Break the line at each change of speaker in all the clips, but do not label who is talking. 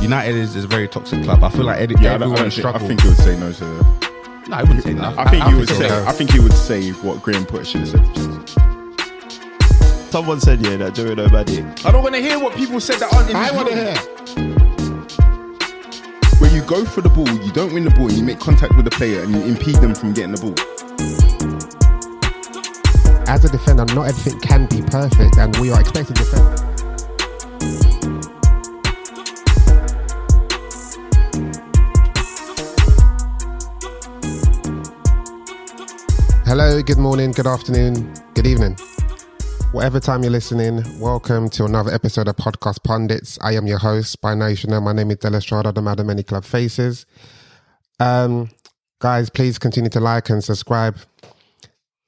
United is, is a very toxic club. I feel like ed-
Yeah, I, don't,
everyone
I, don't think, I
struggles.
think he would say no to.
no, I wouldn't say that.
I think he would
so.
say. I think he would say what Graham Potter should have said.
Someone said, yeah, that Joey Nobody.
I don't want to hear what people said that aren't. in
I
this
want to
room.
hear.
When you go for the ball, you don't win the ball, and you make contact with the player, and you impede them from getting the ball.
As a defender, not everything can be perfect, and we are expected to defend. Hello, good morning, good afternoon, good evening. Whatever time you're listening, welcome to another episode of Podcast Pundits. I am your host. By now, you should know my name is Del Estrada, the man of many club faces. Um, guys, please continue to like and subscribe.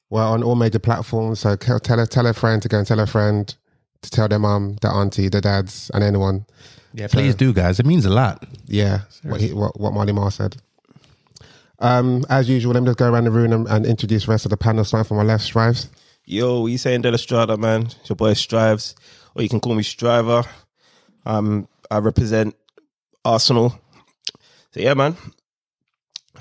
We're on all major platforms, so c- tell a, tell a friend to go and tell a friend to tell their mum, their auntie, their dads, and anyone.
Yeah, please do, guys. It means a lot.
Yeah, what, he, what, what Marley Mar said. Um, as usual, let me just go around the room and, and introduce the rest of the panel, starting from my left, Strives.
Yo, what you saying, Della Strada, man? It's your boy Strives, or you can call me Striver. Um, I represent Arsenal. So, yeah, man.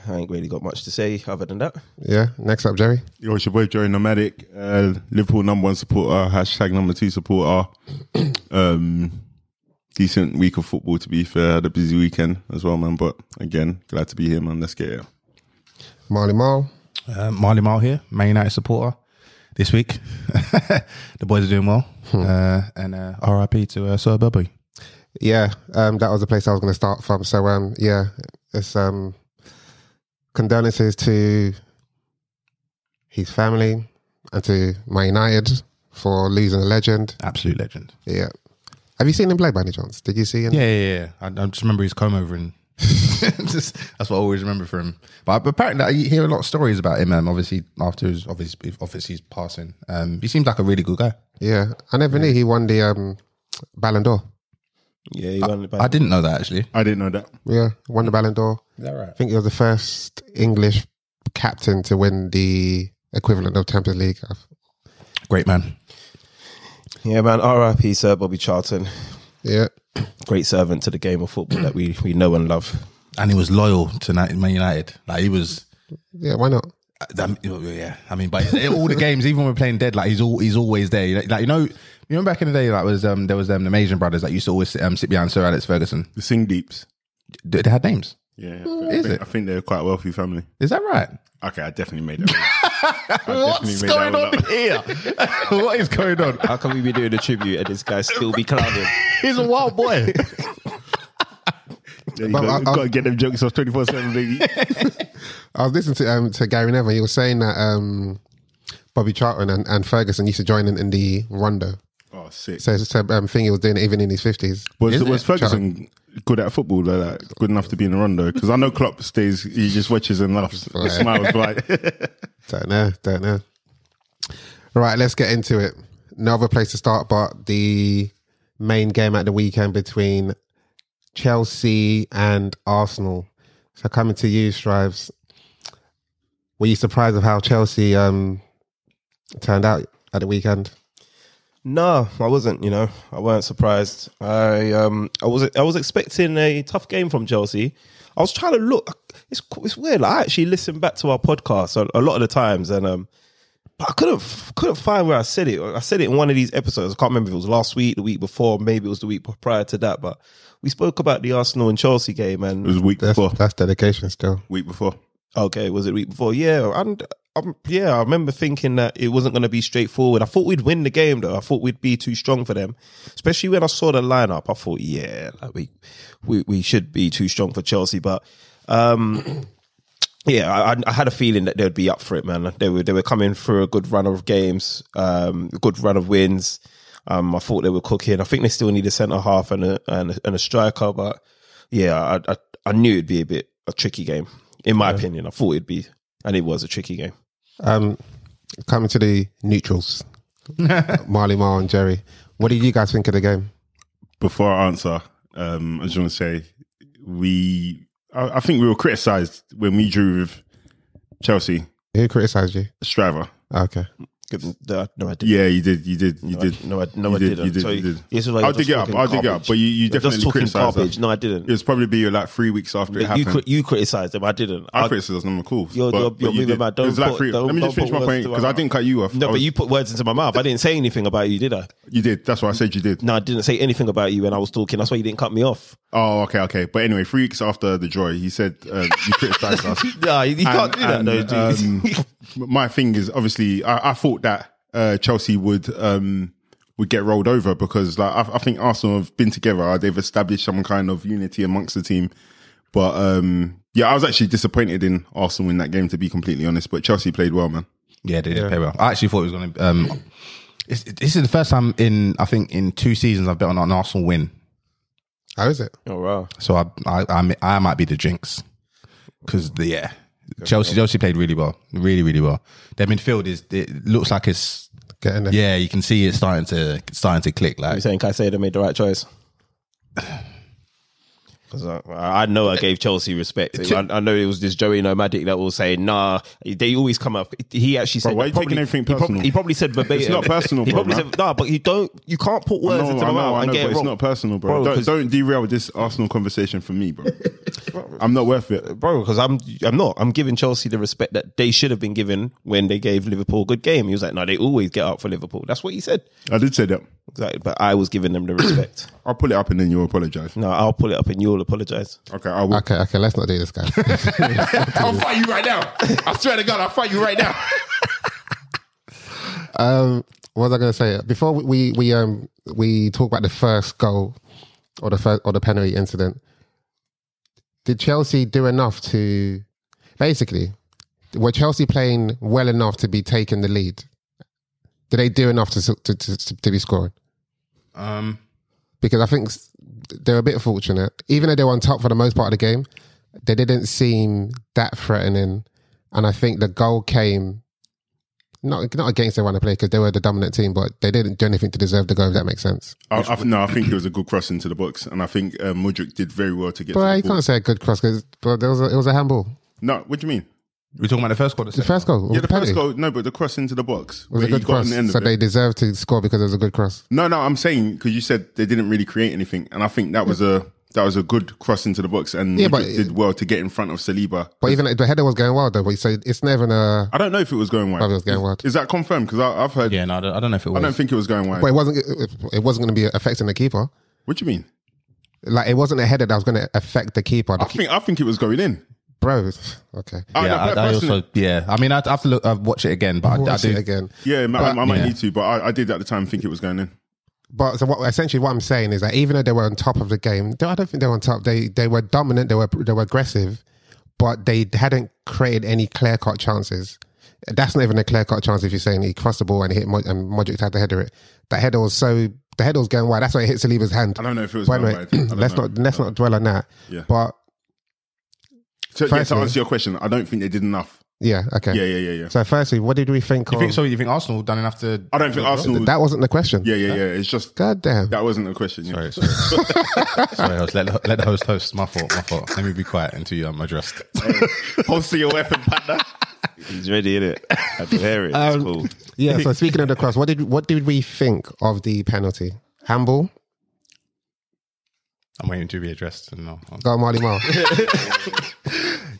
I ain't really got much to say other than that.
Yeah, next up, Jerry.
Yo, it's your boy Joey Nomadic, uh, Liverpool number one supporter, hashtag number two supporter. um, decent week of football to be fair, had a busy weekend as well, man. But again, glad to be here, man. Let's get it.
Marley Marl.
Uh, Marley Marl here, Man United supporter this week. the boys are doing well. Uh, and uh, RIP to uh, Sir Bubby.
Yeah, um, that was the place I was going to start from. So, um, yeah, it's um, condolences to his family and to my United for losing a legend.
Absolute legend.
Yeah. Have you seen him play by any chance? Did you see him?
Yeah, yeah, yeah. I, I just remember his comb over and. just, that's what I always remember from him. But apparently, you hear a lot of stories about him. Um, obviously, after his obviously, obviously his passing, um, he seems like a really good guy.
Yeah. I never knew he won the um, Ballon d'Or.
Yeah, you won the
I didn't know that actually.
I didn't know that.
Yeah, won the Ballon d'Or.
Is that right?
I think he was the first English captain to win the equivalent of Champions League.
Great man.
Yeah, man. RIP, Sir Bobby Charlton.
Yeah.
Great servant to the game of football that we, we know and love.
and he was loyal to Ni- Man United. Like he was,
Yeah, why not?
that, yeah. I mean, but all the games, even when we're playing dead, like he's all he's always there. Like you know, you remember back in the day, like was um there was um the Mason brothers that used to always sit, um, sit behind Sir Alex Ferguson.
The Sing Deeps.
They they had names.
Yeah,
is
I think,
it?
I think they're quite a wealthy family.
Is that right?
Okay, I definitely made that. one up. I definitely
What's
made that
going
one
on
up.
here? what is going on?
How can we be doing a tribute and this guy still be clowning?
He's a wild boy.
Yeah, you
But I-
got,
I-
got to get them jokes off twenty four seven, baby.
I was listening to um, to Gary Neville. He was saying that um, Bobby Charlton and, and Ferguson used to join in, in the rondo.
oh, sick.
So it's a um, thing he was doing even in his fifties.
Was,
Isn't
was
it?
Ferguson good at football? Like, like, good enough to be in the rondo? Because I know Klopp stays. He just watches and laughs, smiles. Like
Don't know, don't know. Right, let's get into it. No other place to start but the main game at the weekend between Chelsea and Arsenal. So coming to you, Strives. Were you surprised of how Chelsea um, turned out at the weekend?
No, I wasn't. You know, I weren't surprised. I um, I was I was expecting a tough game from Chelsea. I was trying to look. It's it's weird. Like, I actually listened back to our podcast a, a lot of the times, and um, but I couldn't couldn't find where I said it. I said it in one of these episodes. I can't remember if it was last week, the week before, maybe it was the week prior to that. But we spoke about the Arsenal and Chelsea game,
it
and
was week
That's,
before.
that's dedication still.
Week before.
Okay, was it week before? Yeah, and um, yeah, I remember thinking that it wasn't going to be straightforward. I thought we'd win the game though. I thought we'd be too strong for them, especially when I saw the lineup. I thought, yeah, like we we we should be too strong for Chelsea, but. um Yeah, I, I- I had a feeling that they'd be up for it, man. They were they were coming through a good run of games, um, a good run of wins. Um, I thought they were cooking. I think they still need a centre half and a, and a and a striker, but yeah, I, I I knew it'd be a bit a tricky game, in my opinion. I thought it'd be, and it was a tricky game.
Um, coming to the neutrals, Marley Marl and Jerry. What did you guys think of the game?
before I answer, um, I just want to say we. I, I think we were criticised when we drew with Chelsea
Who criticised you?
Striver
Okay.
Good- No, no, I didn't.
Yeah, you did. You did. You
No, I-
did.
No, I, no,
You
I
did,
didn't.
You did.
so
you did.
This is why you're
I'll
just
dig it up.
talking
I'll dig it
garbage.
up. But you, you
You're
definitely
just talking
criticized
garbage.
that.
No, I didn't.
It was probably be like three weeks after it
you
happened.
cri- you criticized them. I didn't.
I
I-
criticized them, of course.
You're-
but-
you're-
but
you're
you
moving
did.
my- don't
It was like
put-
three-
don't-
Let me
don't
just finish
put
my
words
point
to my
because I
mouth.
didn't cut you off. I
no, but
was-
you put words into my mouth. I didn't say anything about you, did I?
you did. That's what I said. You did.
No, I didn't say anything about you when I was talking. That's why you didn't cut me off.
Oh, okay, okay. But anyway, three weeks after the joy, he said uh, you criticised us.
No, you, you can't do that,
And-
though.
and,
dude.
um, my thing is obviously I, I thought that uh, Chelsea would um, would get rolled over because like I, I think Arsenal have been together. They've established some kind of unity amongst the team. But um, yeah, I was actually disappointed in Arsenal in that game to be completely honest. But Chelsea played well, man.
Yeah, they did play well. I actually thought it was going to. Um, it's, this is the first time in I think in two seasons I've bet on an Arsenal win.
How is it?
oh, wow.
So I I I, mi- I might be the jinx because yeah, Chelsea Chelsea played really well, really really well. Their midfield is it looks like it's
Getting there.
yeah you can see it's starting to starting to click
You
like
saying Caicedo made the right choice? Because I, I know I gave Chelsea respect. I, I know it was this Joey Nomadic that was saying, "Nah." They always come up. He actually said,
Bro, why are you
probably-
taking everything
he prob-
personal?
He probably said verbatim.
It's not personal,
He
bro,
probably
man.
said, "Nah," but you don't. You can't put
I
words
know,
into
I know,
my mouth
I
and
know,
get
but
it
it's
wrong.
not personal, bro.
Bro,
don't,
'cause-
don't derail this Arsenal conversation for me, bro. I'm not worth it.
bro, because I'm I'm not. I'm giving Chelsea the respect that they should have been given when they gave Liverpool a good game. He was like, "No, they always get up for Liverpool." That's what he said.
I did say that.
Exactly, but I was giving them the respect.
I'll pull it up and then you'll apologize.
no, I'll pull it up and you'll apologize.
Okay, I will.
Okay, okay, let's not do this, guys.
I'll fight you right now. I swear to God, I'll fight you right now.
um, what was I going to say? Before we, we we um we talk about the first goal or the first or the penalty incident, did Chelsea do enough to basically were Chelsea playing well enough to be taking the lead? Did they do enough to s- to to, to, to be scoring?
um
Because I think s- they're a bit fortunate, even though they were on top for the most part of the game, they didn't seem that threatening, and I think the goal came. Not, not against they want to play because they were the dominant team, but they didn't do anything to deserve the goal. If that makes sense,
I, I, no, I think it was a good cross into the box, and I think uh, Mudrick did very well to get.
but
to
you
the ball.
can't say a good cross because but there was a, it was a handball.
No, what do you mean?
we're talking about the first quarter.
The first goal,
Yeah, the
penalty,
first goal. No, but the cross into the box where
was a
he
good
got on
cross,
the end
so
of
they
it.
deserved to score because it was a good cross.
No, no, I'm saying because you said they didn't really create anything, and I think that was a that was a good cross into the box, and
Yeah,
Mudrick
but-
did well to get in front of Saliba.
But even like, the header was going wild though. But so it's never a
I don't know if it was going wide.
Probably was going
Is-
wide.
Is, that confirmed? Because I've heard.
yeah, no, I don't, I don't know if it was.
I don't think it was going wide.
but it wasn't it, it wasn't going to be affecting the keeper.
what do you mean?
Like it wasn't a header that was going to affect the keeper. The
I think I think it was going in.
bro, okay,
I-
yeah,
no,
I, I
personally-
also yeah. I mean, I have to look, I've watch it again, but I, I
watch
do.
it again.
Yeah, ma- I, I might
yeah.
need to, but I, I did at the time think it was going in.
But so what, essentially, what I'm saying is that even though they were on top of the game, they- I don't think they were on top. They they were dominant. They were they were aggressive, but they hadn't created any clear cut chances. That's not even a clear cut chance if you're saying he crossed the ball and hit Mod- and Modric had to header it. That header was so the header was going wide. That's why it hit Saliba's hand.
I don't know if it was
But
going
anyway,
wide. I don't
let's
know.
not let's not dwell on that.
Yeah.
But
So, yeah, to
Firstly-
answer your question, I don't think they did enough.
yeah, okay.
Yeah, yeah, yeah, yeah.
So firstly, what did we think
You
of?
think so? You think Arsenal done enough to?
I don't think Arsenal.
That wasn't the question.
yeah, yeah, yeah. It's just
God damn.
that wasn't a question. Yeah.
Sorry, sorry, sorry host. Let, the- let the host host. My fault. My fault. Let me be quiet until you, I'm addressed.
Holster your weapon, partner.
He's ready, in it. I can hear it.
Um, Yeah. So speaking of the cross, what did what did we think of the penalty? Handball.
I'm waiting to be addressed. And no,
Go on, Marley Marl.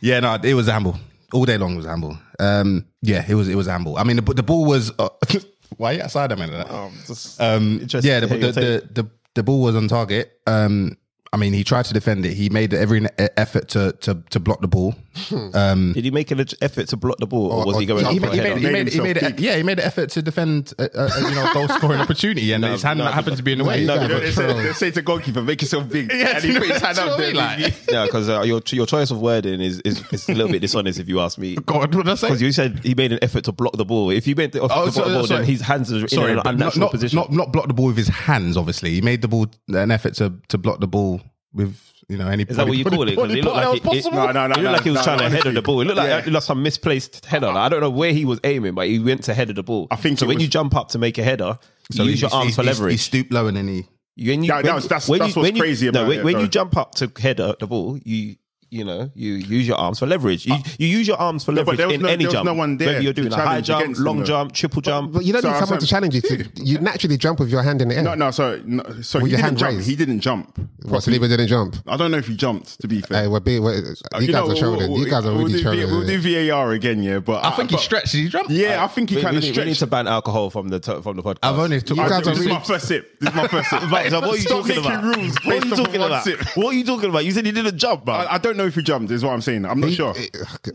yeah, no, it was a handball. All day long was a handball. Um, yeah, it was it was a handball. I mean, the, b- the ball was. Uh, why are you outside a minute?
Oh,
Um,
Interested
yeah, the,
to hear your
the, the, the, the ball was on target. Um, I mean, he tried to defend it. He made every ne- effort to, to, to block the ball. Um,
Did he make an effort to block the ball, or,
Or-
was Oh, he
or- he
going? up
he
for
made,
a
he
header?
made, he made, he made
himself
a, yeah, he made an effort to defend a, a, a you know goal scoring opportunity, and his hand
no,
happened to be in the way.
no,
You know,
no.
they, say, they say to goalkeeper, make yourself big.
Yes,
and he
you
put his
know,
hand
that's
out
what
there.
I mean,
yeah, because uh, your your choice of wording is, is is a little bit dishonest, if you ask me.
God, what did I say?
Because you said he made an effort to block the ball. If you made the, effort
Oh,
to block
sorry,
the ball,
sorry.
then his hands are in an
but
unnatural
not,
position.
Not, not block the ball with his hands, obviously. He made the ball an effort to, to block the ball with, you know, any
is that what you call it? Because it looked like it, it,
No, no, no,
it looked like he was
no,
trying to
honestly.
header the ball. It looked like,
Yeah.
it looked like some misplaced header. Like, I don't know where he was aiming, but he went to header the ball. I
think
so.
it
When
was-
you jump up to make a header, you use your arms for
He
leverage.
stooped low and then he.
When you,
That-
when-
that's- that's-
when
that's
you-
what's
when you-
crazy
no,
about
when,
it,
when
though.
you jump up to head the ball, you you know, you use your arms for leverage. You, you use your arms for
Uh, No, but
leverage
there was
in
no-
any
there was
jump.
no one there
Whether you're
to
doing a high
challenge
jump,
against them,
long
though.
jump, triple jump.
But you don't
So
need
I'm
someone to
saying-
challenge you. To, you naturally jump with your hand in the air.
No, no, sorry. No, so
With
he
your
didn't
hand
jump.
raised.
He didn't jump.
What, Saliba didn't jump? Eh,
I don't know if he jumped, to be fair.
Hey, we're being, we're, you, guys are trolling. you guys are
Uh, we'll,
really
do,
trolling.
we'll do VAR again, yeah. But
I think he
but-
stretched. Did he jump?
Yeah, I think he
we,
kind
we
of
need, we need
stretched.
to ban alcohol from the to- from the podcast.
I've only took.
You
I
guys
took
are
This is
six-
my first sip. This is my first sip.
Right, so what are you
Stop
talking
making
about?
rules
What are
based
you
off of
talking
one
about?
sip.
What are you talking about? You said he didn't jump, man.
I, I don't know if he jumped. Is what I'm saying. I'm not sure.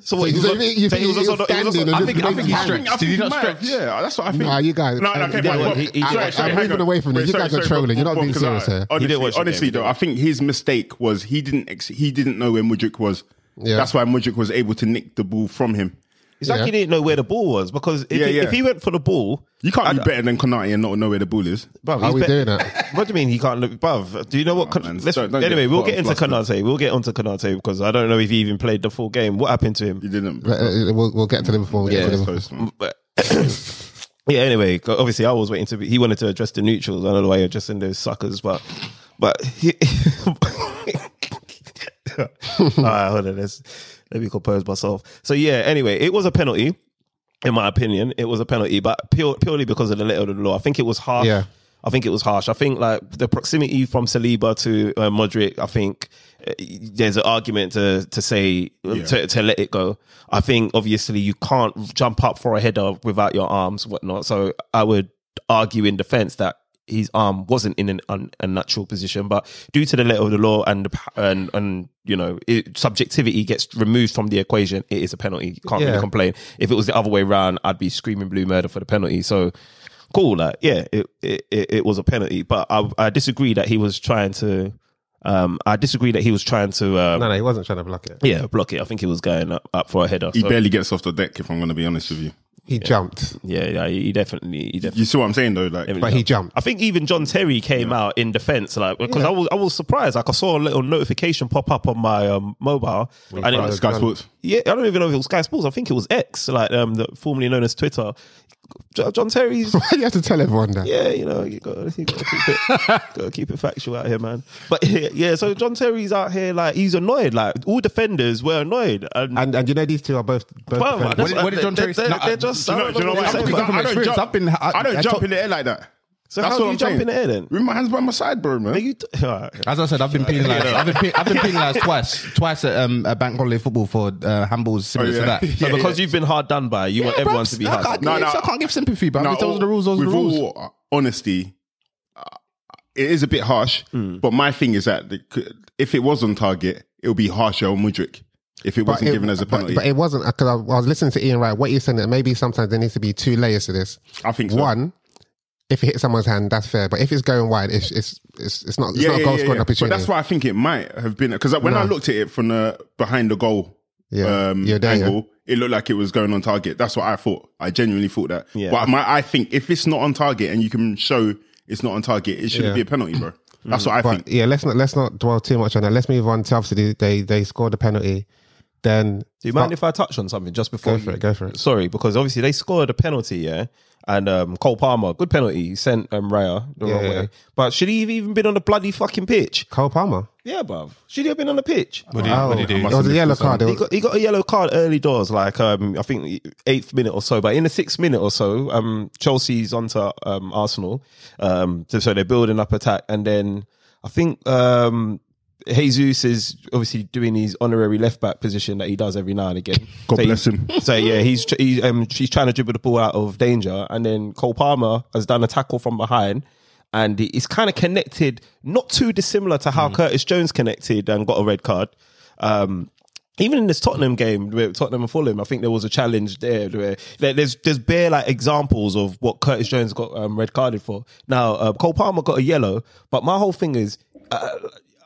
so what? He was,
so
on-
Eh, you- you
so
think
he was
he was
also. on- he was also-
standing
I
and
think. I
then
think he
played
stretched.
I
Did he
think
not
might have-
stretch?
Yeah, that's what I think.
Nah, you
No,
guys-
no,
um,
okay,
yeah,
fine,
well,
but-
he- he-
sorry,
I'm-
sorry,
I'm
hang
moving
on.
away from this.
Wait,
You
sorry,
guys are
sorry,
trolling.
but-
You're not
but-
being
because I-
serious here.
He didn't watch
Honestly,
the
honestly
game.
though, I think his mistake was he didn't ex- he didn't know where Mudrik was.
Yeah.
That's why Mudrik was able to nick the ball from him.
It's like
Yeah.
he didn't know where the ball was because if,
Yeah,
he,
yeah.
if he went for the ball,
You can't be better than Konate and not know where the ball is.
bruv,
Are
he's
we
bet-
doing that?
What do you mean he can't look? Bruv, do you know what?
Come on, Oh, man.
let's,
Don't- don't
anyway,
get
we'll
caught
get into
off guard.
Kanate. We'll get onto Kanate because I don't know if he even played the full game. What happened to him?
He didn't.
But, uh, we'll, we'll get to them before we
Yeah.
get to them.
Close, man.
But- yeah, anyway, obviously I was waiting to be, he wanted to address the neutrals. I don't know why you're addressing those suckers, but but he, all right, hold on, let's let me compose myself. So yeah, anyway, it was a penalty, in my opinion. It was a penalty, but pure, purely because of the letter of the law. I think it was harsh.
Yeah.
I think it was harsh. I think like the proximity from Saliba to uh, Modric, I think uh, there's an argument to to say um, to, to let it go. I think obviously you can't jump up for a header without your arms, whatnot. So I would argue in defence that his arm wasn't in an un- unnatural position, but due to the letter of the law and the, p- and and you know it, subjectivity gets removed from the equation, it is a penalty. Can't
Yeah.
really complain. If it was the other way round, I'd be screaming blue murder for the penalty. So cool, like yeah, it it, it, it was a penalty, but I I disagree that he was trying to. Um, I disagree that he was trying to. Um,
No, no, he wasn't trying to block it.
yeah, block it. I think he was going up, up for a header.
He
So,
barely gets off the deck. If I'm going to be honest with you,
He jumped,
yeah, yeah, he definitely, he definitely.
you see what I'm saying though. Like,
but he jumped.
I think even John Terry came out in defence, like because I was I was surprised. Like I saw a little notification pop up on my um, mobile, and it
Like,
was
Sky Sports.
yeah, I don't even know if it was Sky Sports. I think it was X, like um, the, formerly known as Twitter. Jo- John Terry's
Why do you have to tell everyone that?
yeah, you know, you gotta, you gotta, keep, it, gotta keep it factual out here, man. But yeah, so John Terry's out here like he's annoyed. Like all defenders were annoyed, and
And and you know these two are both both.
Well,
defenders.
man,
What did- what did John
They're-
Terry-
They're,
No,
they're
I-
just.
Do you
I
know,
don't
do you know what?
what they're
Because
saying.
I'm-
I don't
experience,
jump.
I've been- I-
I don't
I
jump
talk-
in the air like that.
So
That's what
how do you
I'm
jump
saying.
in the air then?
With my hands by my side, bro, man.
Are you? T- all right.
As I said, I've been penalised. I've been, pe- I've been penalised twice, twice at um, a bank holiday football for uh, handballs similar
Oh, yeah.
to that.
So because you've been hard done by, you want everyone to be
I
hard.
can't,
done.
No,
give-
no.
I can't give sympathy, but
No,
those are the rules. Those are the
with
rules.
all uh, honesty, uh, it is a bit harsh. But my thing is that the, if it was on target, it would be harsher on Mudrick if it wasn't
it-
given as a
but-
penalty.
But, it wasn't because I, I was listening to Ian Wright. What you're saying that maybe sometimes there needs to be two layers to this.
I think so.
One, if it hits someone's hand, that's fair. But if it's going wide, it's it's it's, it's not it's not a goal scoring opportunity.
But that's why I think it might have been because when I looked at it from the behind the goal
Yeah.
um,
Yeah, there, yeah.
angle, it looked like it was going on target. That's what I thought. I genuinely thought that.
Yeah.
But my, I think if it's not on target and you can show it's not on target, it shouldn't
Yeah.
be a penalty, bro. That's what I
But
think.
yeah, let's not let's not dwell too much on that. Let's move on to obviously they they scored the penalty. Then
Do you mind if I touch on something just before?
Go for
you-
it, go for it.
Sorry, because obviously they scored a penalty, yeah, and um, Cole Palmer, good penalty, he sent um, Raya the wrong
Yeah, yeah.
way. But should he have even been on the bloody fucking pitch?
Cole Palmer. Oh,
Yeah, bruv. Should he have been on the pitch?
What do you, what do, you do?
it was a yellow card. It
He
was-
got, he got a yellow card early doors, like um, I think eighth minute or so. But in the sixth minute or so, um, Chelsea's onto um, Arsenal, um, so- so they're building up attack, and then I think um, Jesus is obviously doing his honorary left back position that he does every now and again.
God
So he-
bless him.
so yeah, he's tr- he's um, he's trying to dribble the ball out of danger, and then Cole Palmer has done a tackle from behind, and it's kind of connected, not too dissimilar to
Hmm.
how Curtis Jones connected and got a red card. Um, even in this Tottenham game, where Tottenham and Fulham, I think there was a challenge there. Where there- there's there's bare like examples of what Curtis Jones got um, red carded for. Now uh, Cole Palmer got a yellow, but my whole thing is, uh,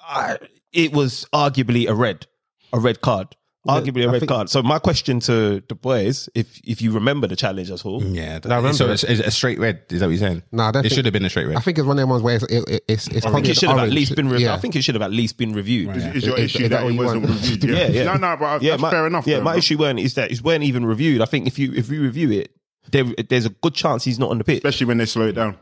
I, it was arguably a red, a red card, arguably a red card. So my question to the boys, if if you remember the challenge at all,
Yeah,
remember
so
it.
it's, is it a straight red. Is that what you're saying?
No, I don't
it
think-
should have been a straight red.
I think it's one of the ones where it's it, it, it's, it's
I think
probably
it should have at
orange.
least been. Re-
Yeah.
I think it should have at least been reviewed.
Is your
Is-
issue
is that
that,
all
it
you
wasn't
want?
reviewed? Yeah.
Yeah, yeah.
No, no, but
yeah,
that's
my,
fair enough.
Yeah,
though,
my
man.
issue weren't is that it weren't even reviewed. I think if you if you review it, there, there's a good chance he's not on the pitch.
especially when they slow it down.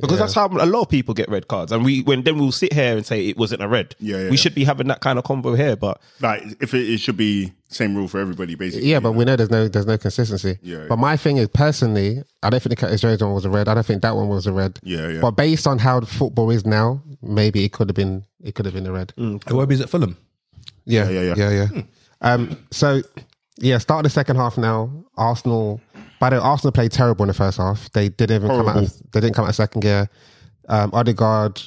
Because that's how a lot of people get red cards, and we when then we'll sit here and say it wasn't a red.
Yeah, yeah,
we
yeah.
should be having that kind of combo here, but
Like if it, it should be same rule for everybody, basically.
Yeah, but we know there's no there's no consistency.
Yeah,
but my thing is personally, I don't think the Curtis Jones one was a red. I don't think that one was a red.
Yeah, yeah.
But based on how football is now, maybe it could have been it could have been a red.
Iwobi's at Fulham.
Yeah,
Yeah,
yeah,
yeah,
yeah, yeah. Um, so yeah, start the second half now. Arsenal, by the way, Arsenal played terrible in the first half. They didn't even come out.
Horrible.
Of, they didn't come out of second gear. Um, Odegaard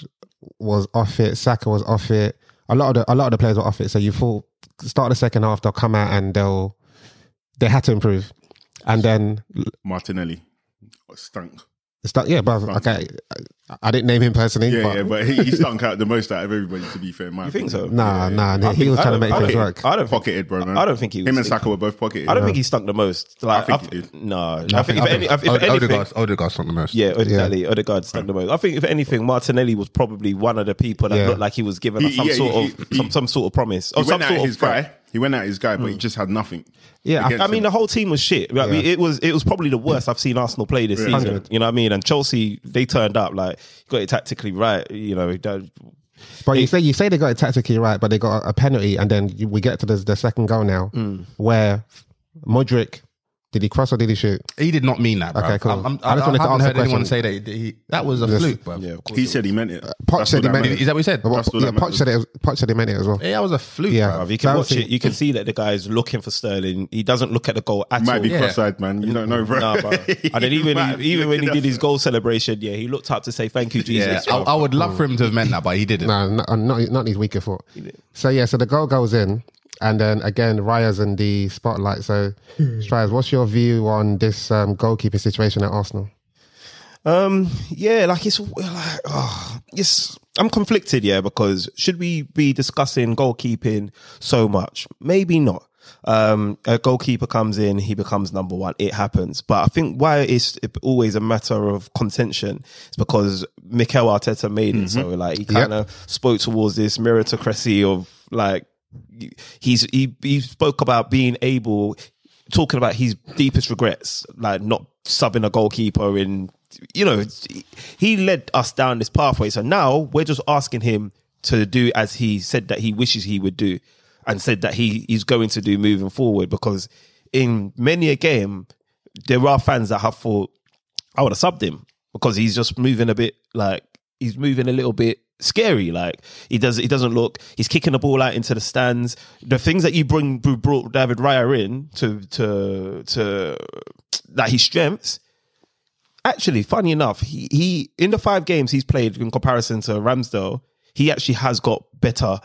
was off it. Saka was off it. A lot of the a lot of the players were off it. So you thought start the second half, they'll come out and they'll they had to improve. And then
Martinelli Oh, stunk.
start, yeah, but okay, I, I didn't name him personally.
Yeah,
but
yeah, but he, he stunk out the most out of everybody. To be fair, man.
you think so?
nah, nah, nah, he was trying to make
I
things
think-
work.
I don't think,
Pocketed, bro, man.
I don't think he was
Him and
thinking-
Saka were both pocketed.
I don't think he stunk the most. Like,
think he
th-
did.
No, I, think, if, any, if, if
Ode-
anything,
Odegaard's, Odegaard's not the most.
yeah, exactly. Odegaard stunk the most. I think if anything, Martinelli was probably one of the people that
Yeah.
looked like he was given like,
He-
some
yeah,
sort
he-
of
he-
some, some sort of promise or
He
Oh, some
went
sort
out
of Hmm.
his guy. He went out his guy, but he just had nothing.
Yeah, I-
against
I mean,
him.
the whole team was shit. Like, we- It was it was probably the worst I've seen Arsenal play this
Yeah.
season. You know what I mean? And Chelsea, they turned up like got it tactically right. You know, that-
But you say you say they got it tactically right, but they got a penalty, and then you, we get to the, the second goal now, where Modric did he cross or did he shoot?
He did not mean that, bro.
Okay, cool.
I'm, I'm,
I
I,
just
just
wanted to
haven't
ask
heard
the
anyone say
question.
that. He- That was a
Yes.
fluke, bro.
yeah, of course.
he said he meant it.
Poch
That's
said
what
he
that
meant
Is is that what he said?
Well,
all
yeah,
that
Poch said it. Poch said he meant it as well.
Yeah, that was a fluke,
Yeah.
bro.
Bruv, you can
That
watch
was-
it. You can see that the guy's looking for Sterling. He doesn't look at the goal at
He might
all.
be
Yeah.
cross-eyed, man. You don't know, bro.
Nah, bro. And then even
Might be
even when he
looking
did
at-
his goal celebration, yeah, he looked up to say thank you,
Yeah,
Jesus.
I,
bruv.
I would love for him to have meant that, but he didn't.
No, not uh, not, not his weaker foot. So yeah, so the goal goes in, and then again Raya's in the spotlight. So Strayers, what's your view on this um, goalkeeper situation at Arsenal?
Um, yeah, like it's like oh, it's I'm conflicted, yeah, because should we be discussing goalkeeping so much? Maybe not. Um, a goalkeeper comes in, he becomes number one. It happens, but I think why it's always a matter of contention is because Mikel Arteta made it. So like he kind of spoke towards this meritocracy of like he's he he spoke about being able talking about his deepest regrets, like not subbing a goalkeeper in, you know, he led us down this pathway. So now we're just asking him to do as he said that he wishes he would do and said that he is going to do moving forward because in many a game, there are fans that have thought, I would have subbed him because he's just moving a bit like he's moving a little bit scary. Like he does, he doesn't look. He's kicking the ball out into the stands. The things that you bring br- brought David Raya in to to to that his strengths. Actually, funny enough, he he in the five games he's played in comparison to Ramsdale, he actually has got better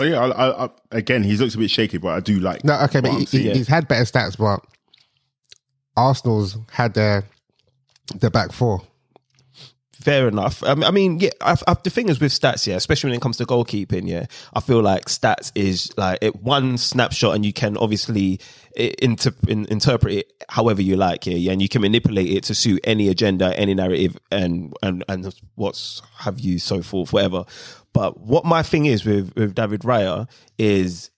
Oh yeah, I, I, I, again, he looks a bit shaky, but I do like.
No, okay, but
what I'm
he,
seeing.
he- he's had better stats, but Arsenal's had their their back four.
fair enough. Um, I mean, yeah. I, I, the thing is with stats, yeah, especially when it comes to goalkeeping, yeah, I feel like stats is like it one snapshot, and you can obviously i- inter- in, interpret it however you like, yeah, yeah, and you can manipulate it to suit any agenda, any narrative, and and and what's have you so forth, whatever. But what my thing is with with David Raya is.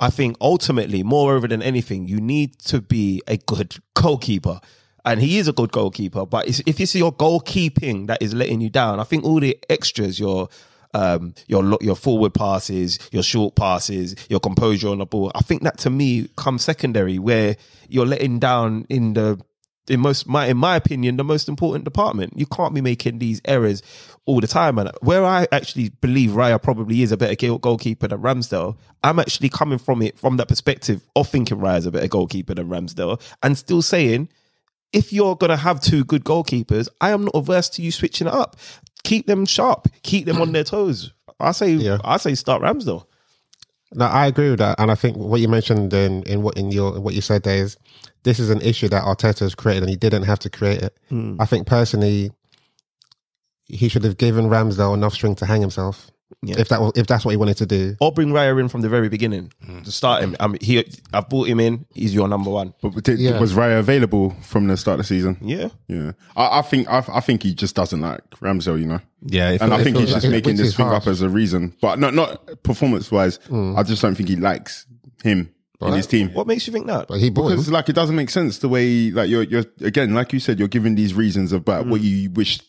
I think ultimately, moreover than anything, you need to be a good goalkeeper. And he is a good goalkeeper, but it's, if it's your goalkeeping that is letting you down, I think all the extras, your um, your lo- your forward passes, your short passes, your composure on the ball, I think that to me comes secondary, where you're letting down in the in most my in my opinion the most important department. You can't be making these errors all the time. And where I actually believe Raya probably is a better goal- goalkeeper than Ramsdale, I'm actually coming from it from that perspective of thinking Raya's a better goalkeeper than Ramsdale, and still saying if you're going to have two good goalkeepers, I am not averse to you switching it up. Keep them sharp. Keep them on their toes. I say, I say, start Ramsdale.
No, I agree with that, and I think what you mentioned in, in what in your what you said there is this is an issue that Arteta has created, and he didn't have to create it.
Hmm.
I think personally, he should have given Ramsdale enough string to hang himself
Yeah.
if that was, if that's what he wanted to do.
Or bring Raya in from the very beginning to start him. I'm he, I've brought him in. He's your number one.
But did,
Yeah.
was Raya available from the start of the season?
Yeah.
Yeah, I, I think I, I think he just doesn't like Ramsdale, you know.
Yeah, it
and
feels-
I think
it
he's
feels
just
like-
making
which
this
is
thing
harsh. Mm.
up as a reason, but not not performance wise. I just don't think he likes him in his team.
What makes you think that?
But he bought him.
Because like it doesn't make sense the way like you're you're again like you said you're giving these reasons about
Mm.
what you wish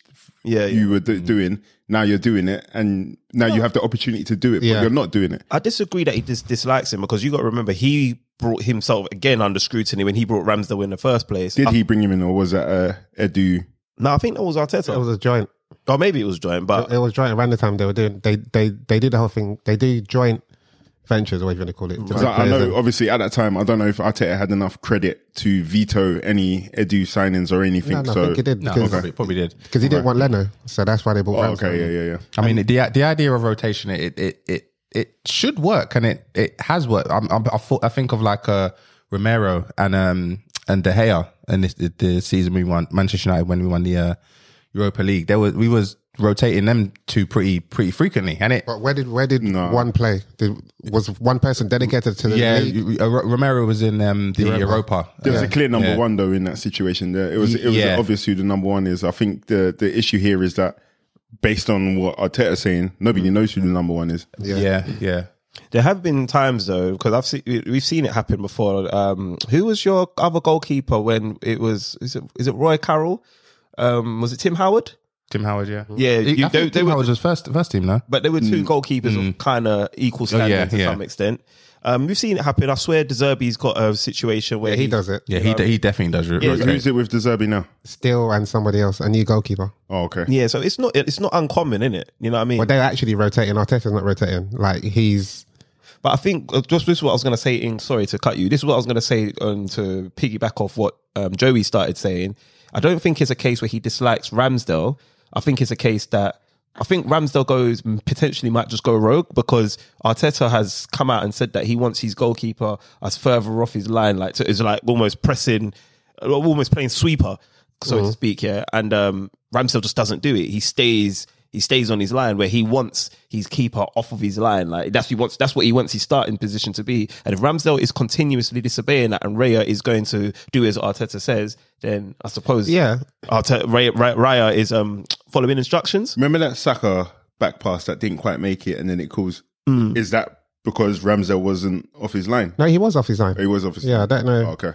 Yeah,
you were
Mm.
do- doing now you're doing it and now you have the opportunity to do it but
Yeah.
you're not doing it
I disagree that he dis- dislikes him because you got to remember he brought himself again under scrutiny when he brought Ramsdale in the first place.
did he bring him in or was that uh, Edu
No, I think that was Arteta,
It was a joint.
or maybe it was joint. But
It was joint around the time they were doing. They they they do the whole thing. They do joint ventures, or whatever you want to call it.
'Cause I, I know obviously at that time I don't know if Arteta had enough credit to veto any Edu signings or anything
No, no,
so
I think he did
No,
because
probably, probably did.
cause he didn't want Leno, so that's why they bought.
Oh,
Ramsdale.
okay yeah yeah yeah
I mean, the the idea of rotation, it it it it should work, and it it has worked. I'm, I'm, I, thought, I think of like uh, Romero and um and De Gea, and this, the, the season we won Manchester United when we won the uh, Europa League. There was we was rotating them two pretty pretty frequently, and it.
But where did where did one play? Did, was one person dedicated to the
Yeah,
league?
you- uh, Ro- Romero was in um, the Europa.
There was a clear number
Yeah.
one though in that situation. There it was it was
Yeah.
obvious who the number one is. I think the the issue here is that based on what Arteta's saying,
Mm.
nobody knows who the number one is.
Yeah, yeah.
there have been times though because I've seen we've seen it happen before. Um, who was your other goalkeeper when it was? Is it is it Roy Carroll? Um, was it Tim Howard?
Tim Howard, yeah,
Yeah,
He-
you-
I think
they- they
Tim
were-
Howard was first first team now.
But there were two goalkeepers of kind of equal standing
yeah,
to
yeah.
some extent. Um, we've seen it happen. I swear, Deserby's got a situation where
Yeah, he does it.
Yeah, he he definitely does ro- rotate.
Who's it with the Zerbi now?
Still and somebody else, a new goalkeeper.
Oh, okay.
Yeah, so it's not it's not uncommon, in it. You know what I mean?
But they're actually rotating. Arteta's not rotating. Like he's
But I think uh, just this is what I was going to say. In sorry to cut you. This is what I was going to say um, to piggyback off what um, Joey started saying. I don't think it's a case where he dislikes Ramsdale. I think it's a case that I think Ramsdale goes potentially might just go rogue because Arteta has come out and said that he wants his goalkeeper as further off his line, like to, is like almost pressing, uh, almost playing sweeper, so to speak. Yeah, and um, Ramsdale just doesn't do it. He stays he stays on his line where he wants his keeper off of his line. Like that's he wants. That's what he wants his starting position to be. And if Ramsdale is continuously disobeying that, and Raya is going to do as Arteta says, then I suppose
yeah.
Arteta, Raya, Raya, Raya is um following instructions.
Remember that Saka back pass that didn't quite make it, and then it calls.
Mm.
Is that because Ramsdale wasn't off his line?
No, he was off his line.
He was obviously.
Yeah, I don't know.
Oh, okay.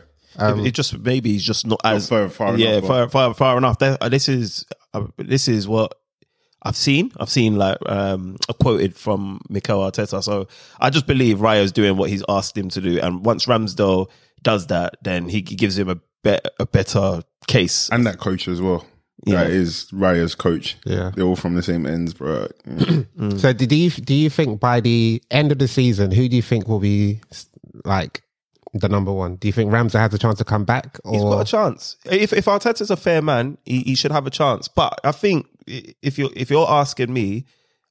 it, it just maybe he's just Um, not as
far- far
yeah
enough,
far, far far enough. That- uh, This is uh, this is what I've seen. I've seen like um, a quoted from Mikel Arteta. So I just believe Rayo's doing what he's asked him to do, and once Ramsdale does that, then he g- gives him a bet a better case.
And that coach as well.
Yeah.
That is Raya's coach.
Yeah.
They're all from the same ends, bro.
So do you do you think by the end of the season, who do you think will be like the number one? Do you think Ramsey has a chance to come back,
He's got
or
a chance. If if Arteta's a fair man, he, he should have a chance. But I think i- if you if you're asking me,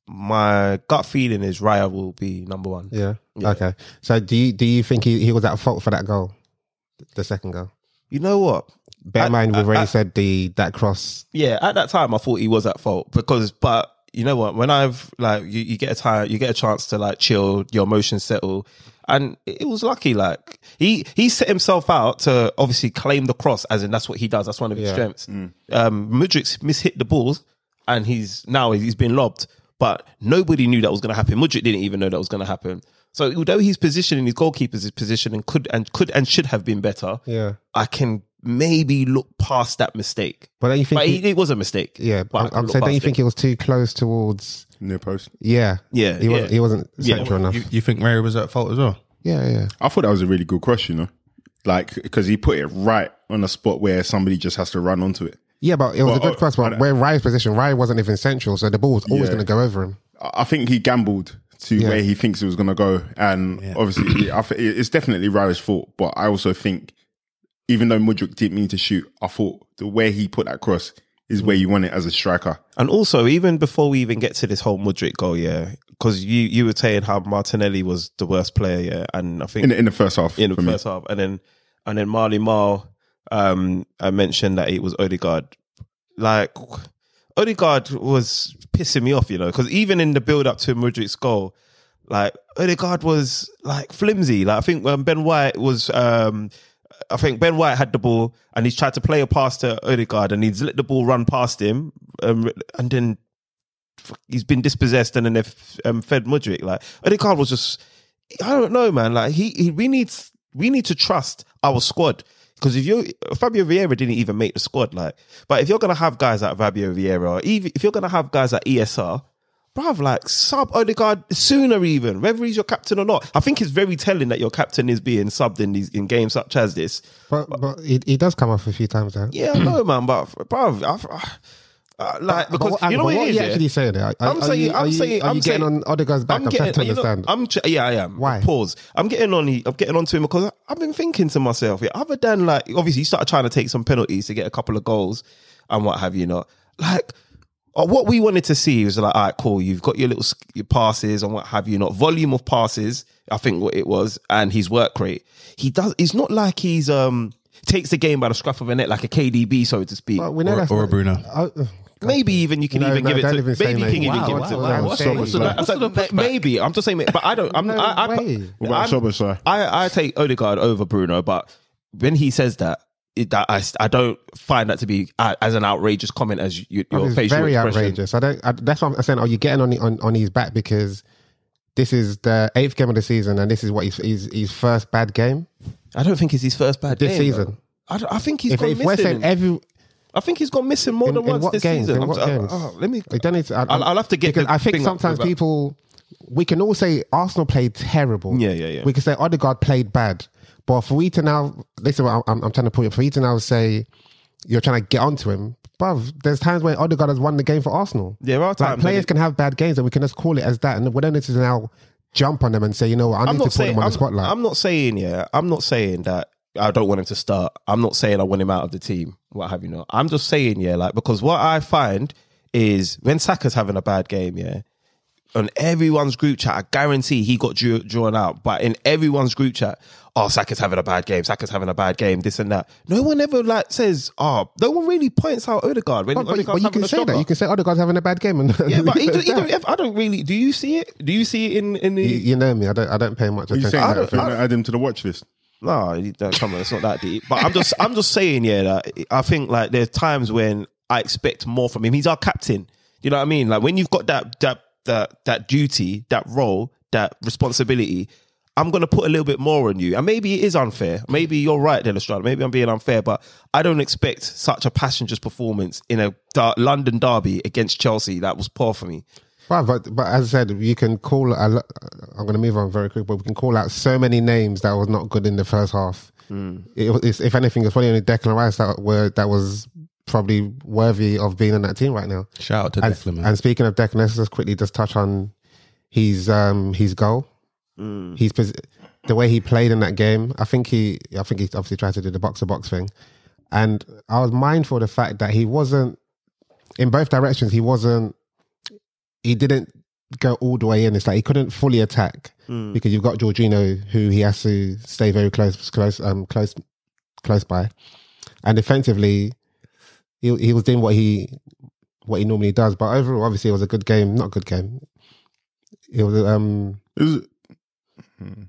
my gut feeling is Raya will be number one.
yeah. Okay. So do you do you think he, he was at fault for that goal, the second goal?
You know what?
Bear in
I-
mind, we've
I-
already
I-
said the that cross.
yeah, at that time I thought he was at fault because, but you know what? When I've like you, you get a time, you get a chance to like chill, your emotions settle, and it was lucky. Like he he set himself out to obviously claim the cross, as in that's what he does. That's one of his
Yeah. Mm.
strengths. Um, Mudrik's mishit the balls, and he's now he's been lobbed. But nobody knew that was going to happen. Mudrik didn't even know that was going to happen. So although his positioning, his goalkeeper's his positioning could and could and should have been better.
Yeah.
I can maybe look past that mistake.
But don't you think?
But
he-
it, it was a mistake.
yeah.
but I
I'm,
can
I'm
look
saying, don't
past
you
it.
think it was too close towards?
Near post.
Yeah.
Yeah,
He wasn't.
yeah.
He wasn't
Yeah.
central enough.
You, you think Mary was at fault as well?
yeah. Yeah.
I thought that was a really good cross, you know? Like, because he put it right on a spot where somebody just has to run onto it.
Yeah, but it was a
But,
good
uh,
cross.
I-
But where Ryan's position, Ryan wasn't even central, so the ball was always
Yeah.
going to go over him.
I I think he gambled to where he thinks it was going to go, and obviously, I th- it's definitely Raya's fault. But I also think, even though Mudrik didn't mean to shoot, I thought the way he put that cross is where you want it as a striker.
And also, even before we even get to this whole Mudrick goal, yeah, because you you were saying how Martinelli was the worst player, yeah, and I think
In the, in the first half,
in the
for me.
first half, and then and then Marley Marl, um, I mentioned that it was Odegaard. Like Odegaard was pissing me off, you know, because even in the build up to Mudrik's goal, like Odegaard was like flimsy. Like I think um, Ben White was. um I think Ben White had the ball and he's tried to play a pass to Odegaard and he's let the ball run past him um, and then he's been dispossessed and then they've um, fed Mudrick. Like Odegaard was just I don't know, man. Like he, he we need we need to trust our squad because if you Fabio Vieira didn't even make the squad, like, but if you're gonna have guys like Fabio Vieira, or even if you're gonna have guys like ESR. Bruv, like sub Odegaard sooner, even whether he's your captain or not. I think it's very telling that your captain is being subbed in these in games such as this.
But but he, he does come off a few times. Huh?
Yeah, I know, man, but bruv, I've, uh, like because
but what,
you know
but
what,
what are
it is.
you
yeah?
actually saying? There? Are,
I'm
are
saying-
you, are
I'm
you,
saying-
are you
I'm
getting
saying-
on Odegaard's back? I'm, trying to
you know,
understand.
I'm ch- yeah, I am.
Why?
Pause. I'm getting on. I'm getting on to him because I've been thinking to myself. Yeah, other than like, obviously, he started trying to take some penalties to get a couple of goals and what have you not. Like, uh, what we wanted to see was like, all right, cool. You've got your little s- your passes and what have you not. Volume of passes, I think what it was, and his work rate. He does. It's not like he's um takes the game by the scruff of a neck like a KDB, so to speak.
But we know
Or-
that's
or
not-
Bruno.
Oh, ugh.
Maybe even you can
No,
even
no,
give
don't
it to
even
maybe
say
you can
maybe.
even
Wow,
give it
wow,
to
wow,
What's
wow.
up with
Sort of
that? I said, maybe I'm just saying but I don't I'm
No
I, I,
way.
What about
I'm-
Szoboszlai?
I, I take Odegaard over Bruno but when he says that it, that I, I don't find that to be a- as an outrageous comment as you, your
It's
facial
very
expression.
outrageous. I don't. I, that's what I'm saying. Are you getting on, the- on on his back because this is the eighth game of the season and this is what his his, his first bad game
I don't think it's his first bad
this
game,
season.
though. I, don't- I think he's
If,
gone
if we're saying
missing.
every,
I think he's gone missing more
In-
than
in
once
what
this
games?
season.
In what
I'm-
games?
oh, let me.
we don't need to, I,
I'll- I'll have to get
because
the
I think
thing up
sometimes
about-
people we can all say Arsenal played terrible.
Yeah, yeah, yeah.
We can say Odegaard played bad, but for we to now listen, I'm, I'm, I'm trying to point for you to now say you're trying to get onto him. Bruv, there's times when Odegaard has won the game for Arsenal.
There are times
like
when
players
it-
can have bad games, and we can just call it as that, and we don't need to now jump on them and say, you know, what, I need
I'm
to
not
put
saying
them on
I'm,
the spotlight.
I'm not saying yeah. I'm not saying that I don't want him to start. I'm not saying I want him out of the team. What have you not? I'm just saying yeah, like because what I find is when Saka's having a bad game, yeah. On everyone's group chat, I guarantee he got drew, drawn out. But in everyone's group chat, oh Saka's having a bad game. Saka's having a bad game. This and that. No one ever like says, oh, no one really points out Odegaard when
but, but- but
Odegaard's
you
having
can
a
say that.
shocker.
You can say Odegaard's having a bad game, and
yeah, but he, do- he,
you,
do- I don't really. Do you see it? Do you see it in in the?
you know me. I don't. I don't pay much
you
attention.
saying
to
that?
that.
If you want to add him to the watch list.
No, you don't- come on, it's not that deep. But I'm just, I'm just saying, yeah, that I think like there's times when I expect more from him. He's our captain. You know what I mean? Like when you've got that, that, that, that duty, that role, that responsibility, I'm gonna put a little bit more on you. And maybe it is unfair. Maybe you're right, Delestrada. Maybe I'm being unfair, but I don't expect such a passenger's performance in a der- London derby against Chelsea. That was poor for me.
Well, but but as I said, you can call. a lo- I'm going to move on very quick, but we can call out so many names that was not good in the first half. It was, it's, if anything, it's probably only Declan Rice that were that was probably worthy of being in that team right now.
Shout out to
And,
Declan. man.
and speaking of Declan, let's just quickly just touch on his um his goal. He's pos- the way he played in that game. I think he I think he obviously tried to do the box to box thing, and I was mindful of the fact that he wasn't in both directions. He wasn't. He didn't go all the way in. It's like he couldn't fully attack because you've got Jorginho who he has to stay very close close um close close by, and defensively. He, he was doing what he what he normally does. But overall, obviously, it was a good game. Not a good game. It was um,
It was, Hmm.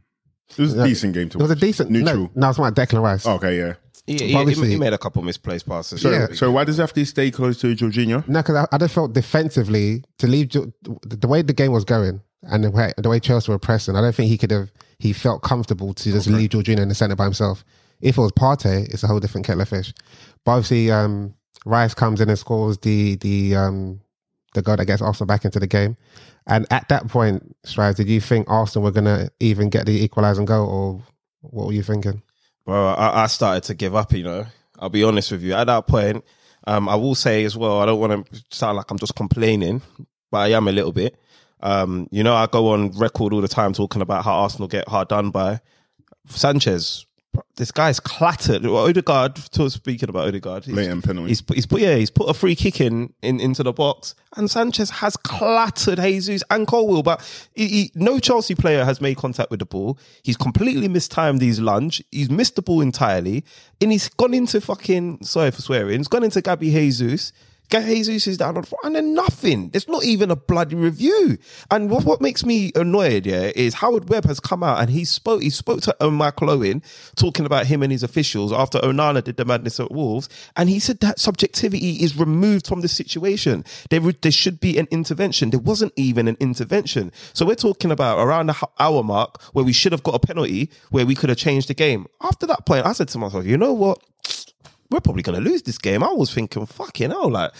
it was a
Yeah.
decent game to
it was
watch.
a decent
Neutral. Oh,
No, no it's not Declan Rice.
okay, yeah.
Yeah,
But
he,
obviously-
he made a couple misplaced passes.
So,
Yeah.
so why does he have to stay close to Jorginho?
No, because I, I just felt defensively to leave Jo- the, the way the game was going and the way the way Chelsea were pressing. I don't think he could have. He felt comfortable to just leave Jorginho in the centre by himself. If it was Partey, it's a whole different kettle of fish. But obviously, um, Rice comes in and scores the the um, the goal that gets Arsenal back into the game. And at that point, Strives, did you think Arsenal were going to even get the equalising goal, or what were you thinking?
Bro, I, I started to give up, you know. I'll be honest with you. At that point, um, I will say as well, I don't want to sound like I'm just complaining, but I am a little bit. Um, you know, I go on record all the time talking about how Arsenal get hard done by. Sanchez, bro, this guy's clattered. Well, Odegaard, to- speaking about Odegaard, he's-
Blatant penalty.
He's put, he's put, yeah, he's put a free kick in, in into the box, and Sanchez has clattered Jesus and Colwell. But he, he, no Chelsea player has made contact with the ball. He's completely mistimed his lunge. He's missed the ball entirely, and he's gone into fucking sorry for swearing. He's gone into Gabby Jesus. Jesus is down on the floor, and then nothing. There's not even a bloody review. And what, what makes me annoyed, yeah, is Howard Webb has come out and he spoke. He spoke to um, Michael Owen talking about him and his officials after Onana did the madness at Wolves, and he said that subjectivity is removed from the situation. There, would- there should be an intervention. There wasn't even an intervention. So we're talking about around the ho- hour mark where we should have got a penalty, where we could have changed the game. After that point, I said to myself, you know what? we're probably going to lose this game. I was thinking, fucking hell, like,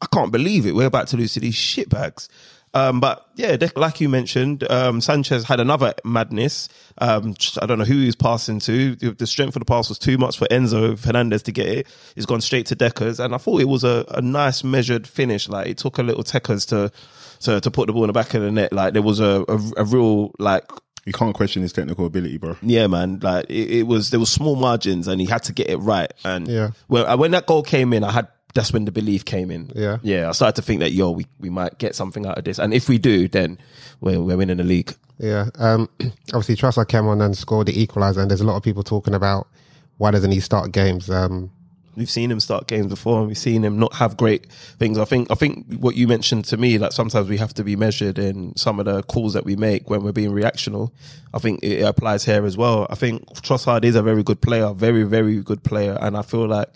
I can't believe it. We're about to lose to these shitbags. Um, but yeah, de- like you mentioned, um, Sanchez had another madness. Um, just- I don't know who he was passing to. The the strength of the pass was too much for Enzo Fernandez to get it. He's gone straight to Deckers, and I thought it was a, a nice measured finish. Like it took a little Deckers to to to put the ball in the back of the net. Like there was a a, a real like
You can't question his technical ability, bro.
yeah, man. Like it, it was, there was small margins, and he had to get it right. And
Yeah.
well, when that goal came in, I had that's when the belief came in.
Yeah.
yeah. I started to think that yo, we, we might get something out of this, and if we do, then we're we're winning the league.
Yeah. Um, obviously, Trossard came on and scored the equaliser, and there's a lot of people talking about why doesn't he start games? Um,
We've seen him start games before, and we've seen him not have great things. I think I think what you mentioned to me, like sometimes we have to be measured in some of the calls that we make when we're being reactional. I think it applies here as well. I think Trossard is a very good player, very very good player, and I feel like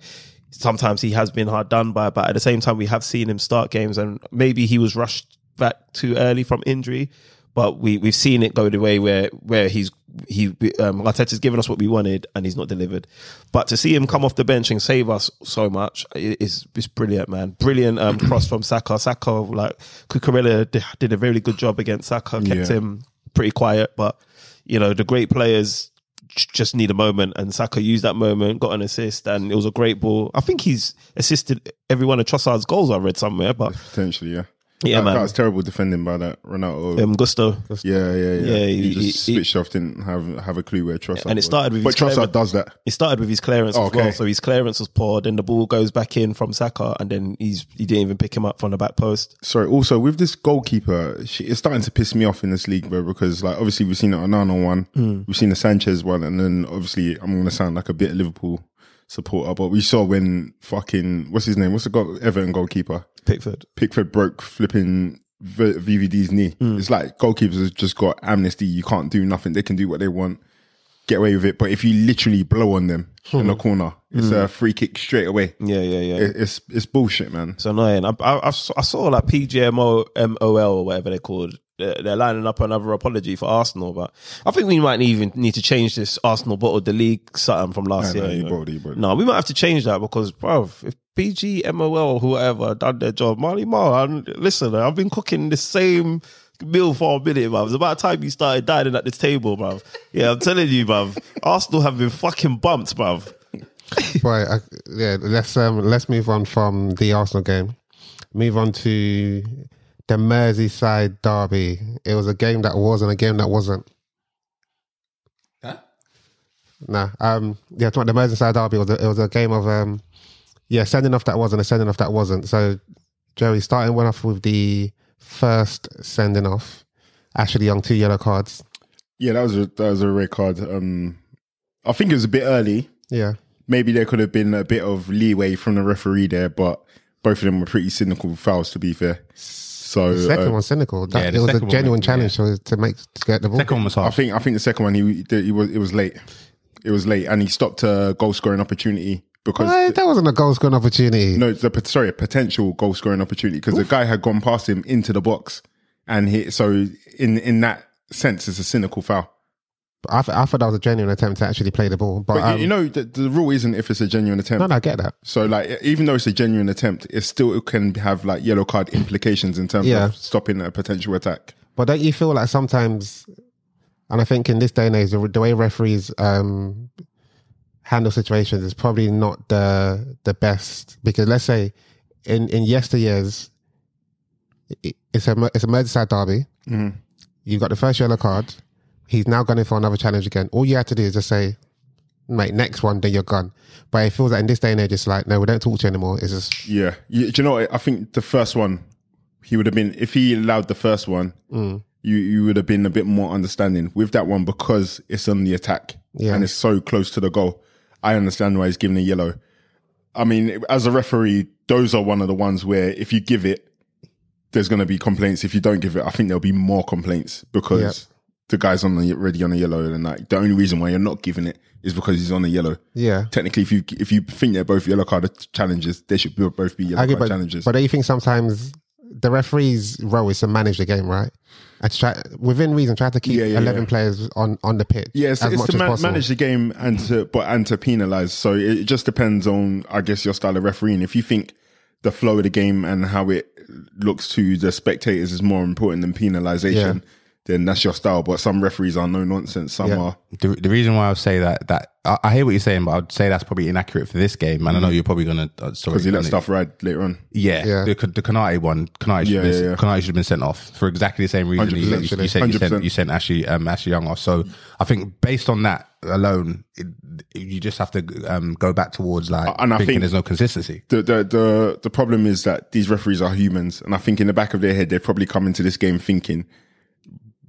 sometimes he has been hard done by. But at the same time, we have seen him start games, and maybe he was rushed back too early from injury. But we we've seen it go the way where where he's he um, Arteta's given us what we wanted and he's not delivered. But to see him come off the bench and save us so much i- is is brilliant, man. Brilliant um, cross from Saka. Saka like Cucurella d- did a really good job against Saka, kept
Yeah.
him pretty quiet. But you know the great players j- just need a moment, and Saka used that moment, got an assist, and it was a great ball. I think he's assisted every one of Trossard's goals. I read somewhere, but
Potentially, yeah.
Yeah,
that,
man.
That was terrible defending by that Ronaldo.
um, Gusto.
yeah, yeah, yeah.
Yeah,
he,
he-
just
he-
switched off, didn't have have a clue where Trossard.
And
was.
it started with
but
his clever-
Trossard does that.
He started with his clearance
Oh,
as well.
okay.
So his clearance was poor, then the ball goes back in from Saka, and then he's he didn't even pick him up from the back post.
Sorry. Also, with this goalkeeper, she, it's starting to piss me off in this league, bro. Because like, obviously, we've seen the Onana one, we've seen the Sanchez one, and then obviously, I'm going to sound like a bit of Liverpool supporter, but we saw when fucking what's his name? What's the goal, Everton goalkeeper?
Pickford.
Pickford broke flipping v- VVD's knee. It's like goalkeepers have just got amnesty. You can't do nothing. They can do what they want, get away with it. But if you literally blow on them in the corner, it's a free kick straight away.
Yeah, yeah, yeah.
It- It's it's bullshit, man.
It's annoying. I, I, I saw I saw, like PGMO MOL or whatever they're called. They're, they're lining up another apology for Arsenal, but I think we might even need to change this Arsenal bottled the league something from last
Nah, nah,
year.
you
know.
bottled it, you bottled it.
No, we might have to change that because, bro, if PGMOL whoever done their job, Marley Mar, I'm- listen, I've been cooking the same meal for a minute, bruv. It's about time you started dining at this table, bruv. Yeah, I'm telling you, bruv. Arsenal have been fucking bumped, bruv.
Right, I, yeah, let's um, let's move on from the Arsenal game. Move on to the Merseyside derby. It was a game that was and a game that wasn't. Nah, um, yeah, talking about the Merseyside derby it was a, it was a game of um, yeah, sending off that wasn't a sending off that wasn't. So, Joey starting one off with the first sending off. Ashley Young, two yellow cards.
Yeah, that was a, that was a red card. Um, I think it was a bit early.
Yeah,
Maybe there could have been a bit of leeway from the referee there, but both of them were pretty cynical fouls. To be fair, so
the second
uh,
one's cynical. That,
yeah,
it
the
was a
second one-
genuine
yeah.
challenge to, to make to get the ball.
Second one was
I
hard.
think I think the second one he, he was it was late. It was late, and he stopped a goal scoring opportunity because
Well, that wasn't a goal scoring opportunity.
no, the pot- sorry, a potential goal scoring opportunity because the guy had gone past him into the box, and he so in in that sense, it's a cynical foul.
I, th- I thought that was a genuine attempt to actually play the ball. But,
But you-
um,
you know, the, the rule isn't if it's a genuine attempt.
no, no, I get that.
So like, even though it's a genuine attempt, it still can have like yellow card implications in terms
Yeah.
of stopping a potential attack.
But don't you feel like sometimes, and I think in this day and age, the, the way referees um, handle situations is probably not the the best because let's say in in yesteryears, it, it's a Mer- it's a Merseyside derby. You've got the first yellow card. He's now going in for another challenge again. All you had to do is just say, "Mate, next one, then you're gone." But it feels like in this day and age, it's like, no, we don't talk to you anymore. It's just
Yeah, you, do you know? What? I think the first one, he would have been if he allowed the first one,
Mm.
you you would have been a bit more understanding with that one because it's on the attack
Yeah.
and it's so close to the goal. I understand why he's given a yellow. I mean, as a referee, those are one of the ones where if you give it, there's going to be complaints. If you don't give it, I think there'll be more complaints because
Yeah.
the guy's on the, already on a yellow, and like the only reason why you're not giving it is because he's on a yellow.
Yeah.
Technically, if you if you think they're both yellow card challenges, they should be- both be yellow
I agree,
card
but,
challenges.
but do you think sometimes the referee's role is to manage the game, right? And to try within reason, try to keep
Yeah, yeah,
eleven
yeah.
players on on the pitch.
Yeah, it's,
as
it's
much
to
as
man-
possible.
manage the game and to but and to penalize. So it it just depends on, I guess, your style of refereeing. If you think the flow of the game and how it looks to the spectators is more important than penalization,
Yeah.
then that's your style. But some referees are no nonsense. Some
Yeah.
are
the, the reason why I would say that that I, I hear what you're saying, but I'd say that's probably inaccurate for this game. And I know you're probably gonna uh, sorry
because you Mm. let
gonna-
stuff ride later on.
Yeah,
Yeah.
the the Kanate one, Kanate should,
Yeah,
have been-
yeah, yeah.
Konate should have been sent off for exactly the same reason you, you,
100%,
you said you sent
100%.
you sent Ashley um, Ashley Young off. So I think based on that alone, it, you just have to um, go back towards like
And I
thinking
think-
there's no consistency.
The, the the the problem is that these referees are humans, and I think in the back of their head they probably come into this game thinking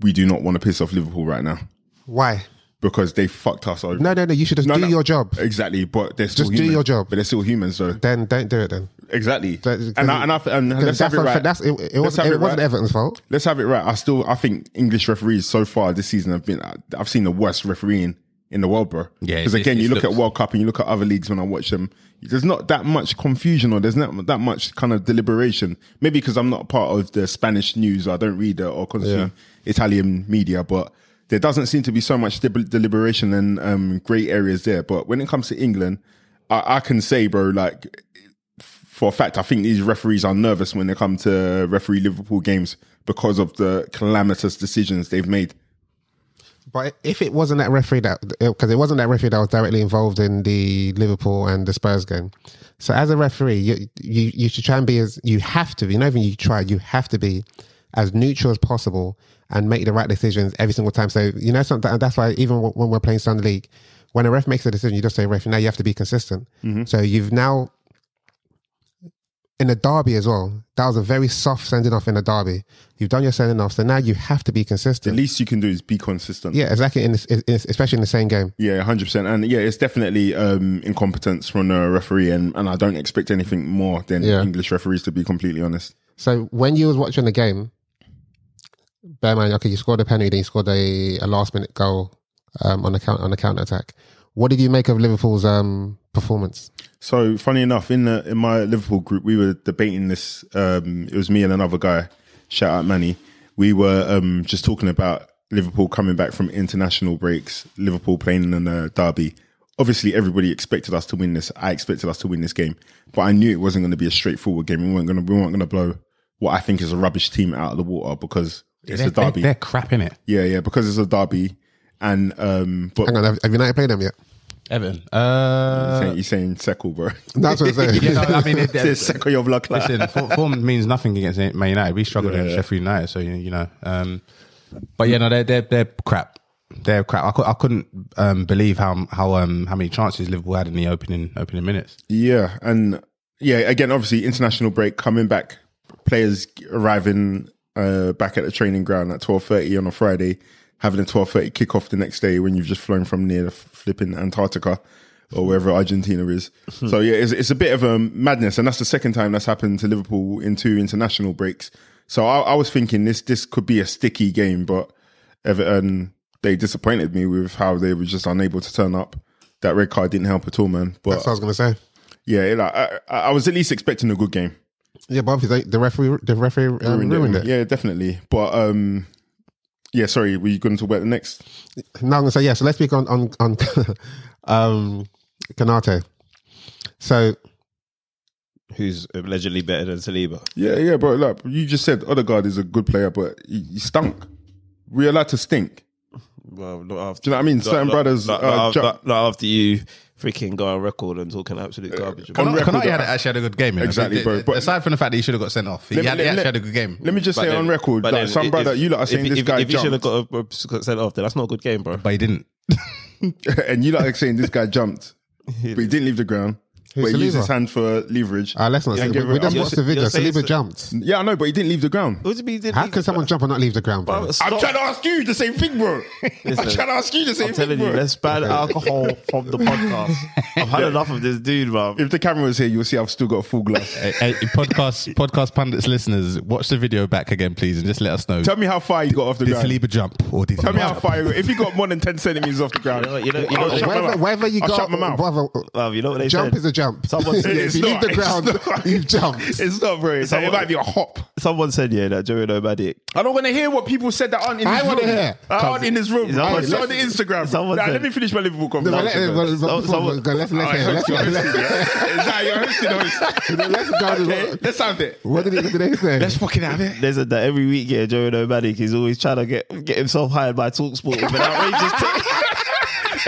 we do not want to piss off Liverpool right now
Why?
because they fucked us over.
No, no, no. You should just
No,
do
no.
your job.
Exactly, but they're still
Just do
human.
your job.
But they're still humans, though.
Then don't do it. Then
Exactly.
That-
and I, and, I, and let's
that's
have it
not-
right.
that's it. It
Let's have
wasn't, it
it
wasn't
right.
Everton's fault.
Let's have it right. I still I think English referees so far this season have been I've seen the worst refereeing in the world, bro.
Yeah,
Because
it's-
again,
it's
you look
looked-
at World Cup and you look at other leagues when I watch them. There's not that much confusion or there's not that much kind of deliberation. Maybe because I'm not part of the Spanish news, I don't read it or consume Italian media, but there doesn't seem to be so much deb- deliberation and um, great areas there. But when it comes to England, I, I can say, bro, like for a fact, I think these referees are nervous when they come to referee Liverpool games because of the calamitous decisions they've made.
But if it wasn't that referee that, because it wasn't that referee that was directly involved in the Liverpool and the Spurs game. So as a referee, you you, you should try and be as you have to. be. not even you try. You have to be as neutral as possible and make the right decisions every single time. So you know something. That's why even wh- when we're playing Sunday League, when a ref makes a decision, you just say ref. Now you have to be consistent. So you've now in a derby as well. That was a very soft sending off in a derby. You've done your sending off, so now you have to be consistent.
The least you can do is be consistent.
Yeah, exactly. In this, in, in- especially in the same game.
Yeah, hundred percent, and yeah, it's definitely um, incompetence from the referee, and, and I don't expect anything more than
Yeah.
English referees, to be completely honest.
So when you was watching the game, bear in mind, okay, you scored a penalty, then you scored a, a last minute goal um, on a count on a counter attack. What did you make of Liverpool's um, performance?
So funny enough, in the in my Liverpool group, we were debating this. Um, it was me and another guy. Shout out Manny. We were um, just talking about Liverpool coming back from international breaks. Liverpool playing in a derby. Obviously, everybody expected us to win this. I expected us to win this game, but I knew it wasn't going to be a straightforward game. We weren't going to we weren't going to blow what I think is a rubbish team out of the water because it's
they're,
a derby.
They're, they're crapping it.
yeah, yeah, because it's a derby. And um, but
Hang on, have, have United played them yet?
Everton. Uh,
you're saying Seckle, bro.
That's what I'm saying.
you know, I mean, it,
Say Seckle your blood clot.
listen, for- form means nothing against Man United. We struggled against Sheffield United, so you, you know. Um, but yeah, no, they're they're, they're crap. They're crap. I, cou- I couldn't um, believe how how um, how many chances Liverpool had in the opening opening minutes.
Yeah, and yeah, again, obviously, international break coming back, players arriving uh, back at the training ground at twelve thirty on a Friday, having a twelve thirty kickoff the next day when you've just flown from near the flipping Antarctica or wherever Argentina is. so yeah, it's, it's a bit of a madness, and that's the second time that's happened to Liverpool in two international breaks. So I, I was thinking this this could be a sticky game, but Everton they disappointed me with how they were just unable to turn up. That red card didn't help at all, man. But
That's what I was going to say.
yeah, it, like, I, I I was at least expecting a good game.
Yeah, but obviously the referee, the referee um, ruined,
Uh, Ruined it.
it.
Yeah, definitely. But um, yeah, sorry, were you going to talk about the next?
Now I'm gonna say yeah. So let's speak on on on um, Canate. So
Who's allegedly better than Saliba?
Yeah, yeah, bro. Look, you just said Odegaard is a good player, but he, he stunk. We're allowed to stink.
Well, not after.
Do you know what I mean? Certain brothers,
Not,
uh,
not,
ju-
not- not after you freaking go on record and talking absolute garbage. about
on
Konate
record-
Konate had, actually had a good game. you know.
Exactly,
The-
bro,
the-
but-
aside from the fact that he should have got sent off, he,
Let me-
had, he
let-
actually
let-
had a good game.
Let me just say
But
on
then-
record,
but
like,
then
some
if-
brother,
if-
you lot are saying
if,
this
if,
guy
If you should have
jumped,
got a, a sent off, then that's not a good game, bro.
but he didn't.
and you lot are saying this guy jumped, but he didn't leave the ground.
Who's
but he used
Saliba?
his hand for leverage.
Uh,
Ah, let's not.
Yeah,
say-
give
we we
it
just
up.
watched the video.
you're saying
Saliba
so-
jumped.
Yeah, I know, but he didn't leave the ground.
What does it mean? he didn't
How
leave
can
the
someone
ground?
jump and not leave the ground? bro?
But
I'm
stop.
trying to ask you the same thing, bro. I'm
Listen,
trying to ask you the same
I'm
thing,
telling you,
bro.
let's ban alcohol from the podcast. I've had enough of this dude, bro.
If the camera was here, you'll see I've still got a full glass.
Hey, hey, podcast podcast pundits listeners, watch the video back again, please, and just let us know.
Tell me how far you got off the
did
ground.
Saliba jump or did he
Tell me
not jump?
how far. you- If you got more than ten centimeters off the ground,
You know- you know- you
I'll
know-
shut my
Whether,
mouth.
whether you
I'll
got,
shut my mouth.
brother,
Love, you know what they
jump
said?
is a jump.
Someone said-
Yeah, if
It's
you leave
not.
the
It's
ground,
not.
you've jumped.
It's not very. It's it might be a hop.
Someone said, yeah, that Joey Nomadic.
I don't want to hear what people said that aren't in.
I
this
wanna
room.
hear.
That aren't in this room.
Is that
I
what-
saw on the Instagram.
Someone
Nah,
said-
let me finish my Liverpool
No, but let-
conversation.
but- but
first.
before
someone-
we go, let's- let's
All right,
hear it, let's-
you're
let's-
hosting, yeah? Is that you're hosting, host?
Let's go. to
Okay,
what-
Let's sound it.
What did he what did they say?
Let's fucking have it.
There's a that every week, yeah, Joey Nomadic is always trying to get get himself hired by Talksport with an outrageous take.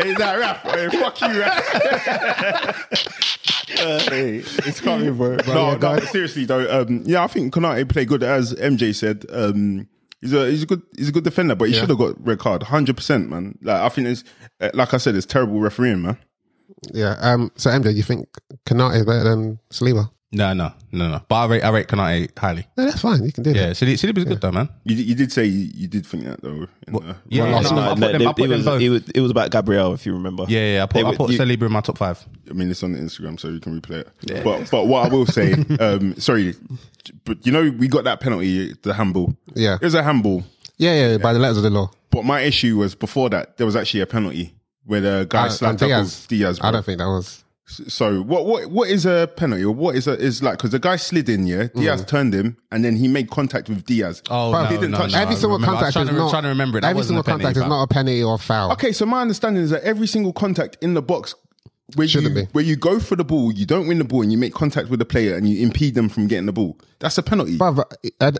Hey, that rap? Hey, fuck you, rap. hey, it's coming, bro.
yeah,
no,
go
no,
ahead.
seriously though. Um, yeah, I think Konate played good, as MJ said. Um, he's a he's a good he's a good defender, but he should have got red card, hundred percent, man. Like I think it's uh, like I said, it's terrible refereeing, man.
Yeah. Um. So MJ, you think Kanate is better than Saliba?
No, no, no, no. But I rate I rate Kanate highly.
No, that's fine. You can do
Yeah,
that.
Saliba, Saliba's good though, man.
You, you did say you, you did think that though. In the,
Yeah,
last
no,
night,
I put them. I put
it,
them
was,
both.
it, was, it was about Gabriel, if you remember.
Yeah, yeah. I put,
They
I
were-
put
you-
Saliba in my top five.
I mean, it's on the Instagram, so you can replay it. But but what I will say, um, sorry, but you know we got that penalty, the handball.
Yeah.
it was a handball.
Yeah. Yeah. By the letters of the law.
But my issue was before that there was actually a penalty where the guy
Uh,
slapped
and
up
Diaz.
with Diaz. bro.
I don't think that was.
so what what what is a penalty or what is a, is like because the guy slid in yeah
Mm.
Diaz turned him and then he made contact with Diaz.
Oh,
Bro,
no,
he
didn't
no,
touch-
no,
every
I
single
remember. I was
contact
trying
is
to-
not.
trying to remember it. That
every
wasn't
single
a penalty,
contact is
fam.
not a penalty or foul.
Okay, so my understanding is that every single contact in the box where you
Shouldn't be.
where you go for the ball, you don't win the ball and you make contact with the player and you impede them from getting the ball. That's a penalty.
Brother, uh, I- I-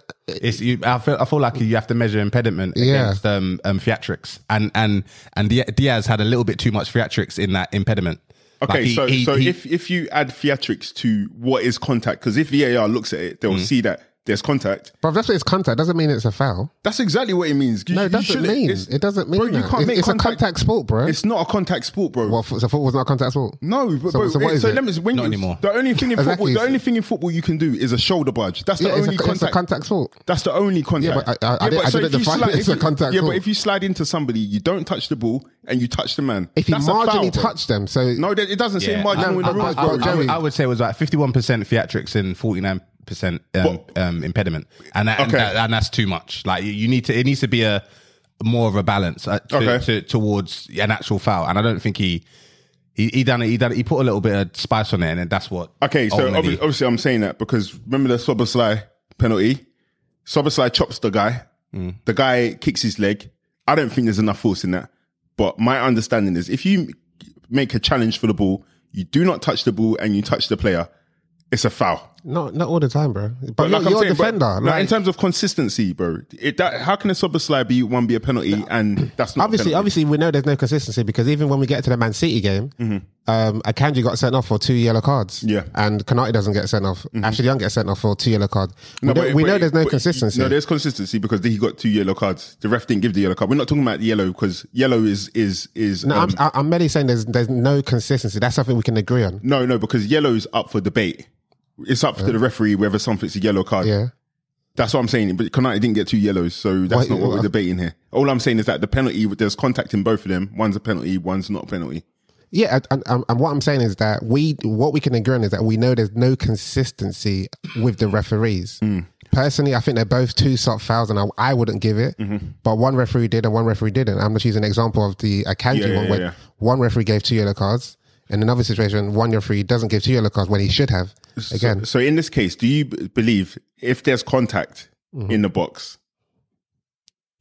It's you. I feel. I feel like you have to measure impediment
Yeah.
against um, um theatrics, and and and Dia- Diaz had a little bit too much theatrics in that impediment.
Okay,
Like, he-
so
he-
so
he-
if if you add theatrics to what is contact, because if VAR looks at it,
Mm.
they'll see that there's contact.
brother, that's what it's contact. Doesn't mean it's a foul.
That's exactly what it means. You-
No,
you
it doesn't
shouldn't-
mean.
it's-
It doesn't mean.
Bro, you
that.
can't
It's-
make
it's
contact.
a contact sport, bro.
It's not a contact sport, bro.
Well, f- so football's not a contact sport.
no, but,
So-
bro,
so what
it-
is
so
it?
let me when
Not
you,
anymore.
The only thing in
Exactly,
football, the
it's-
only thing in football you can do is a shoulder budge. That's
Yeah,
the
it's
only
a,
contact.
it's a contact sport.
That's the only contact.
Yeah, but I- I- I didn't- I didn't define it as a
if you-
contact
yeah,
at all.
but if you slide into somebody, you don't touch the ball and you touch the man.
If you
That's a foul,
marginally
bro.
touch them, so
no, that- it doesn't say
Yeah,
marginal
I-
in the
I-
rules,
I-
bro.
I would-
Joey.
I would say it was like fifty-one percent theatrics and forty-nine percent um,
But-
um, impediment, and that, and,
Okay.
that, and that's too much. Like you- you need to. It needs to be a more of a balance uh, to,
Okay.
to, towards an actual foul, and I don't think he. He, he done it. He done it. He put a little bit of spice on it, and then that's what.
Okay,
Oh,
so obvi-
ultimately-
obviously, I'm saying that because remember the Soboslai penalty? Soboslai chops the guy.
Mm.
The guy kicks his leg. I don't think there's enough force in that. But my understanding is if you make a challenge for the ball, you do not touch the ball and you touch the player, it's a foul.
not not all the time, bro. But, you're,
I'm
you're a
saying, but-
defender.
no,
like,
in terms of consistency, bro, it, that, how can a Soboslai be one be a penalty and that's not
obviously,
a penalty?
obviously, we know there's no consistency because even when we get to the Man City game, um, Akanji got sent off for two yellow cards.
Mm-hmm. Yeah. Mm-hmm.
and Kanati doesn't get sent off. Ashley Young gets sent off for two yellow cards. We,
No,
don't-
but-
we
but-
know there's no
but-
consistency.
No, there's consistency because he got two yellow cards. The ref didn't give the yellow card. We're not talking about the yellow because yellow is is is.
No,
um,
I'm, I'm merely saying there's there's no consistency. That's something we can agree on.
no, no, because yellow is up for debate. It's up to the referee whether something's a yellow card.
Yeah.
That's what I'm saying. But Konate didn't get two yellows, so that's
Wait,
not what
what-
we're debating here. All I'm saying is that the penalty, there's contact in both of them. One's a penalty, one's not a penalty.
Yeah, and, and, and what I'm saying is that we what we can agree on is that we know there's no consistency with the referees.
Mm.
Personally, I think they're both two soft fouls, and I, I wouldn't give it.
Mm-hmm.
But one referee did, and one referee didn't. I'm just using an example of the Akanji
Yeah, yeah,
one,
yeah,
where
yeah.
one referee gave two yellow cards. In another situation, one referee doesn't give two yellow cards when he should have. Again,
So in this case, do you b- believe if there's contact
Mm-hmm.
in the box,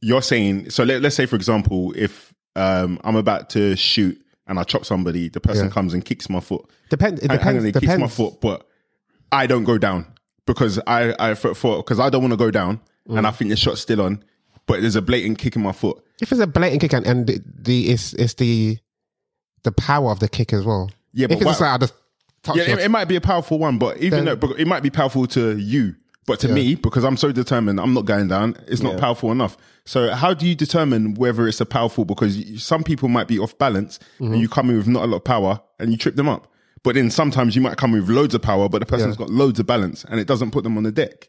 you're saying so? Let, let's say, for example, if um, I'm about to shoot and I chop somebody, the person
Yeah.
comes and kicks my foot.
depend. It
Hang- hang on,
depends.
they kicks my
depends.
foot, but I don't go down because I I for because I don't want to go down,
Mm.
and I think the shot's still on, but there's a blatant kick in my foot.
If it's a blatant kick and, and the, the it's it's the the power of the kick as well.
Yeah, but
if it's
why-
just like I just touch
Yeah,
your
it, it might be a powerful one, but even
Then-
though it might be powerful to you, but to me, because I'm so determined, I'm not going down. It's not powerful enough. So, how do you determine whether it's a
Mm-hmm.
powerful? Because you- some people might be off balance, and you come in with not a lot of power, and you trip them up. But then sometimes you might come with loads of power, but the person's
Yeah.
got loads of balance, and it doesn't put them on the deck.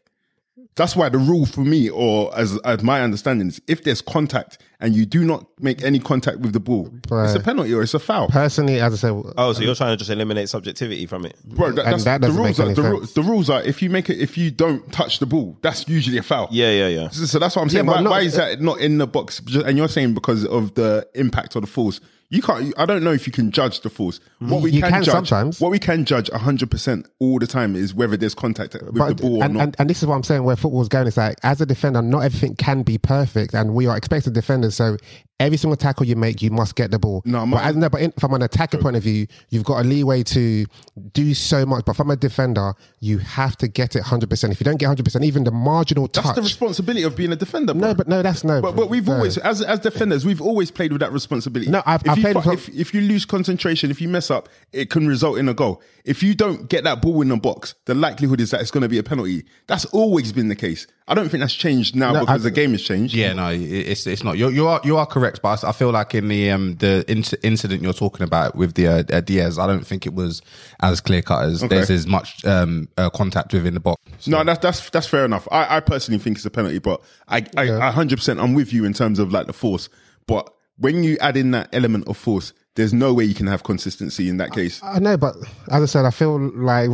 That's why the rule for me, or as, as my understanding is, if there's contact and you do not make any contact with the ball, it's a
Right.
penalty or it's a foul.
Personally, as I said,
Oh, so you're trying to just eliminate subjectivity from it?
Bro, that,
And
that's,
that
the
doesn't
rules
make
are
any
the, ru-
sense.
the rules are if you make it if you don't touch the ball, that's usually a foul.
Yeah, yeah, yeah.
So, so that's what I'm saying.
but uh,
why,
not-
why is that not in the box? Ju- And you're saying because of the impact or the force. You can't. you- I don't know if you can judge the force. What we
Mm. You
can,
can
judge,
sometimes.
What we can judge 100 percent all the time is whether there's contact with the ball
and,
or not.
and and this is what I'm saying. Where football's going is like, as a defender, not everything can be perfect, and we are expected defenders. So every single tackle you make, you must get the ball.
No, my-
but, as, no, but in, from an attacking point of view, you've got a leeway to do so much. But from a defender, you have to get it 100. percent If you don't get 100, percent even the marginal
that's
touch.
the responsibility of being a defender. Bro.
no, but no, that's no.
But, but we've
no.
always, as as defenders, we've always played with that responsibility.
No, I've-
if
I've
you
played
fu-
with-
if, if you lose concentration, if you mess up, it can result in a goal. If you don't get that ball in the box, the likelihood is that it's going to be a penalty. That's always been the case. I don't think that's changed now
No,
because
I-
the game has changed.
Yeah, no, it- it's it's not. You're, you are you are correct, but I s- I feel like in the um the inc- incident you're talking about with the uh, uh, Diaz, I don't think it was as clear cut as there's as much um uh, contact within the box.
No, that's that's that's fair enough. I, I personally think it's a penalty, but I I hundred percent I'm with you in terms of like the force. But when you add in that element of force, there's no way you can have consistency in that case.
I know, but as I said, I feel like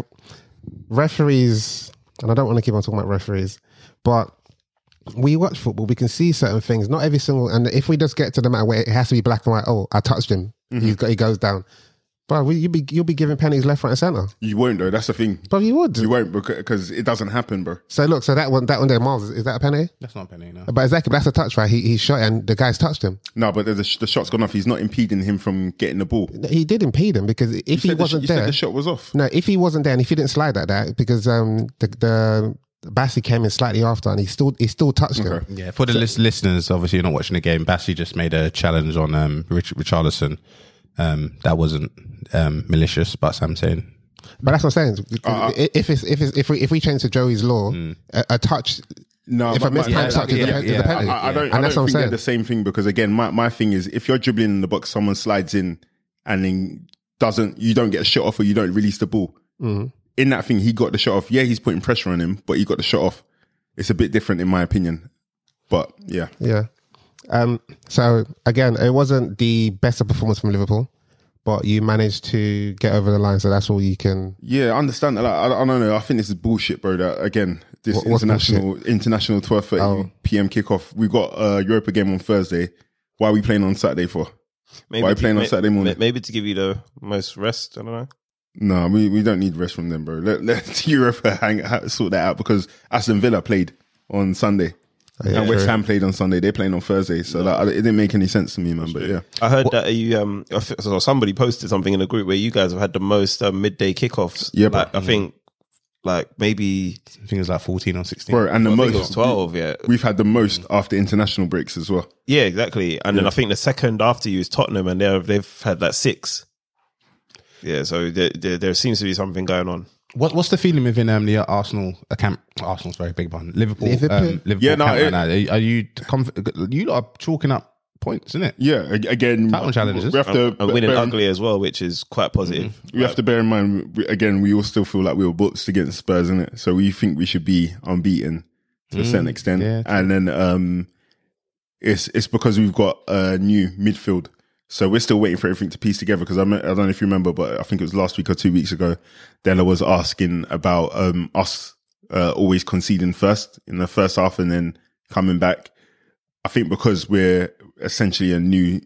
referees, and I don't want to keep on talking about referees, but we watch football, we can see certain things. Not every single, and if we just get to the matter where it has to be black and white, oh, I touched him, he's
Mm-hmm.
got, he goes down. But you be you'll be giving pennies left, right, and center.
You won't though. That's the thing.
But you would.
You won't because it doesn't happen, bro.
so look, so that one, that one there, Miles, is that a penny?
That's not a penalty. No.
But exactly, that's a touch, right? He he shot and the guy's touched him.
No, but the, the shot's gone off. He's not impeding him from getting the ball. You
He did impede him because if he
said the sh-
wasn't
you
there,
said the shot was off.
No, if he wasn't there and if he didn't slide like that, because um the the Bassi came in slightly after and he still he still touched him.
Yeah, for the list- listeners, obviously you're not watching the game. Bassi just made a challenge on um Rich- Richarlison. Um, that wasn't um malicious, but Sam saying
But that's what I'm saying. if it's if it's if we if we change to Joey's law, a, a touch
No,
if
but-
a mistimed
but- yeah,
touch
yeah,
is, a, pen- is
yeah.
a penalty.
I, I don't.
and
I
that's
don't
what
think
I'm
they're the same
saying.
thing because again, my, my thing is if you're dribbling in the box, someone slides in and then doesn't you don't get a shot off or you don't release the ball.
Mm-hmm.
In that thing, he got the shot off. Yeah, he's putting pressure on him, but he got the shot off. It's a bit different in my opinion, but yeah,
Yeah. Um, so again, it wasn't the best of performance from Liverpool, but you managed to get over the line, so that's all you can
yeah, I understand that. Like, I, I don't know. I think this is bullshit, bro. That again, this
What- what's Oh.
international international twelve thirty p.m. kickoff. We've got a Europa game on Thursday. Why are we playing on Saturday for?
Maybe
Why are you
to-
playing on
may-
Saturday morning?
may- Maybe to give you the most rest. I don't know.
No, we, we don't need rest from them, bro. Let let Europe hang ha- sort that out because Aston Villa played on Sunday
Oh,
and West Ham played on Sunday. They're playing on Thursday, so like, it didn't make any sense to me, man. But yeah,
I heard that you um I f- so somebody posted something in a group where you guys have had the most um, midday kickoffs.
Yeah, bro.
like, I think like maybe
I think it was like 14 or 16.
bro, and the
I think it was
most
twelve. Yeah,
we've had the most after international breaks as well.
yeah, exactly. And then I think the second after you is Tottenham, and they've they've had like six. Yeah, so there, there, there seems to be something going on.
What, what's the feeling within um, the Arsenal uh, camp? Arsenal's very big one. Liverpool.
Liverpool?
Um, Liverpool
Yeah, no,
camp
it-
right now. Are, are you comf- you lot are chalking up points, isn't it?
Yeah, a- again,
Title challenges.
We have to
And Uh, winning
bear-
ugly as well, which is quite positive.
We have to bear in mind we, again. We all still feel like we were books against Spurs, is it? So we think we should be unbeaten to a certain extent,
yeah,
and then um, it's it's because we've got a new midfield. So we're still waiting for everything to piece together because I, me- I don't know if you remember, but I think it was last week or two weeks ago, Della was asking about um, us uh, always conceding first in the first half and then coming back. I think because we're essentially a new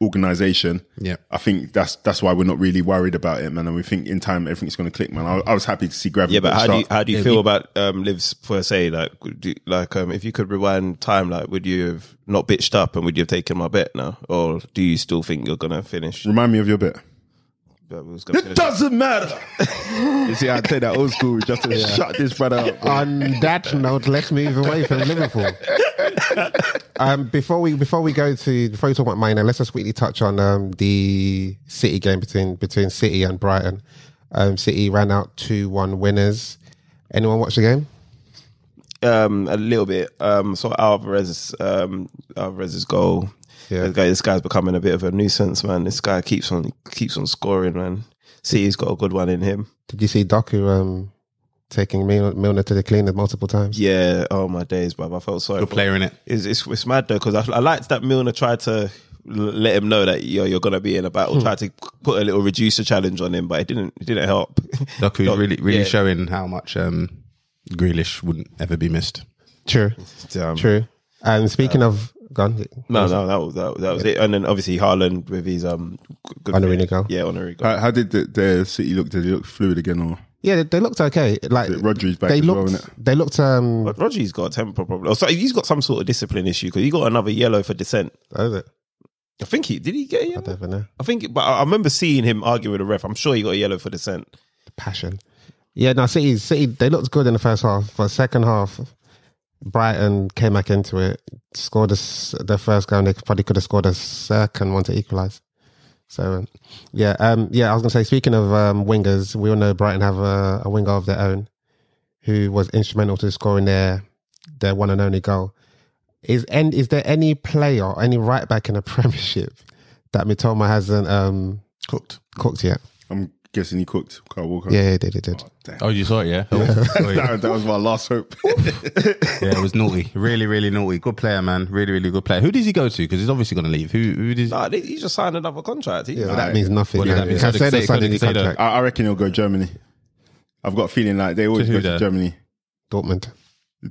organization,
Yeah.
I think that's that's why we're not really worried about it, man. And we think in time everything's going to click, man. I, I was happy to see gravity.
Yeah, but how do you,
start.
how do you feel about um, Liv's per se? Like, would you- like um, if you could rewind time, like, would you have not bitched up and would you have taken my bet now, or do you still think you're gonna finish?
remind me of your bit?
that we was gonna finish?
Doesn't matter. you see, I play that old school just to shut this brother up.
on that note, let's move away from Liverpool. Um, before we before we go to before we talk about minor, let's just quickly touch on um, the City game between between City and Brighton. Um, City ran out two one winners. Anyone watch the game?
um, a little bit. Um, so Alvarez, um, Alvarez's goal.
Yeah.
This, guy, this guy's becoming a bit of a nuisance, man. This guy keeps on keeps on scoring, man. City's got a good one in him.
Did you see Doku um, taking Mil- Milner to the cleaners multiple times?
Yeah. Oh my days, bruv. I felt sorry.
Good
for
player in it.
It's, it's, it's mad though because I, I liked that Milner tried to l- let him know that yo, you're gonna be in a battle. Tried to put a little reducer challenge on him, but it didn't it didn't help.
Doku's
Doc-
really, really
yeah.
showing how much um, Grealish wouldn't ever be missed.
True,
Damn.
true. And
Uh,
speaking of gone,
No, no, that was that, that was it. And then obviously Haaland with his um g- good
Honorinigo.
Yeah, Honorinigo.
How, how did the, the City look? Did they look fluid again, or
yeah, they, they looked okay. Like
Rodri's back
they
as well,
looked,
innit?
they looked. Um,
But Rodri's got a temper problem. Or so he's got some sort of discipline issue because he got another yellow for dissent.
what is it?
I think he did. He get a
I
yellow.
don't even know.
I think, but I I remember seeing him argue with the ref. I'm sure he got a yellow for dissent.
passion. Yeah, no, City, City, they looked good in the first half, but second half, Brighton came back into it, scored this, the first goal, and they probably could have scored a second one to equalise. So, um, yeah, um, yeah, I was going to say, speaking of um, wingers, we all know Brighton have a, a winger of their own who was instrumental to scoring their their one and only goal. Is and is there any player, or any right back in the Premiership that Mitoma hasn't um,
cooked?
cooked yet?
I'm guessing he cooked Kyle Walker.
Yeah, he did, he did.
Oh, you saw it, yeah?
that, that was my last hope.
yeah, it was naughty. Really, really naughty. Good player, man. Really, really good player. Who does he go to? Because he's obviously going to leave. Who, who does?
Nah, they- he just signed another contract. He-
Yeah, but that means nothing.
What does
Yeah,
that mean?
Because
Say
I've
that-
said
say that-
a new
say that.
contract.
I, I reckon he'll go Germany. I've got a feeling like they always
To who
go
there?
to Germany.
Dortmund.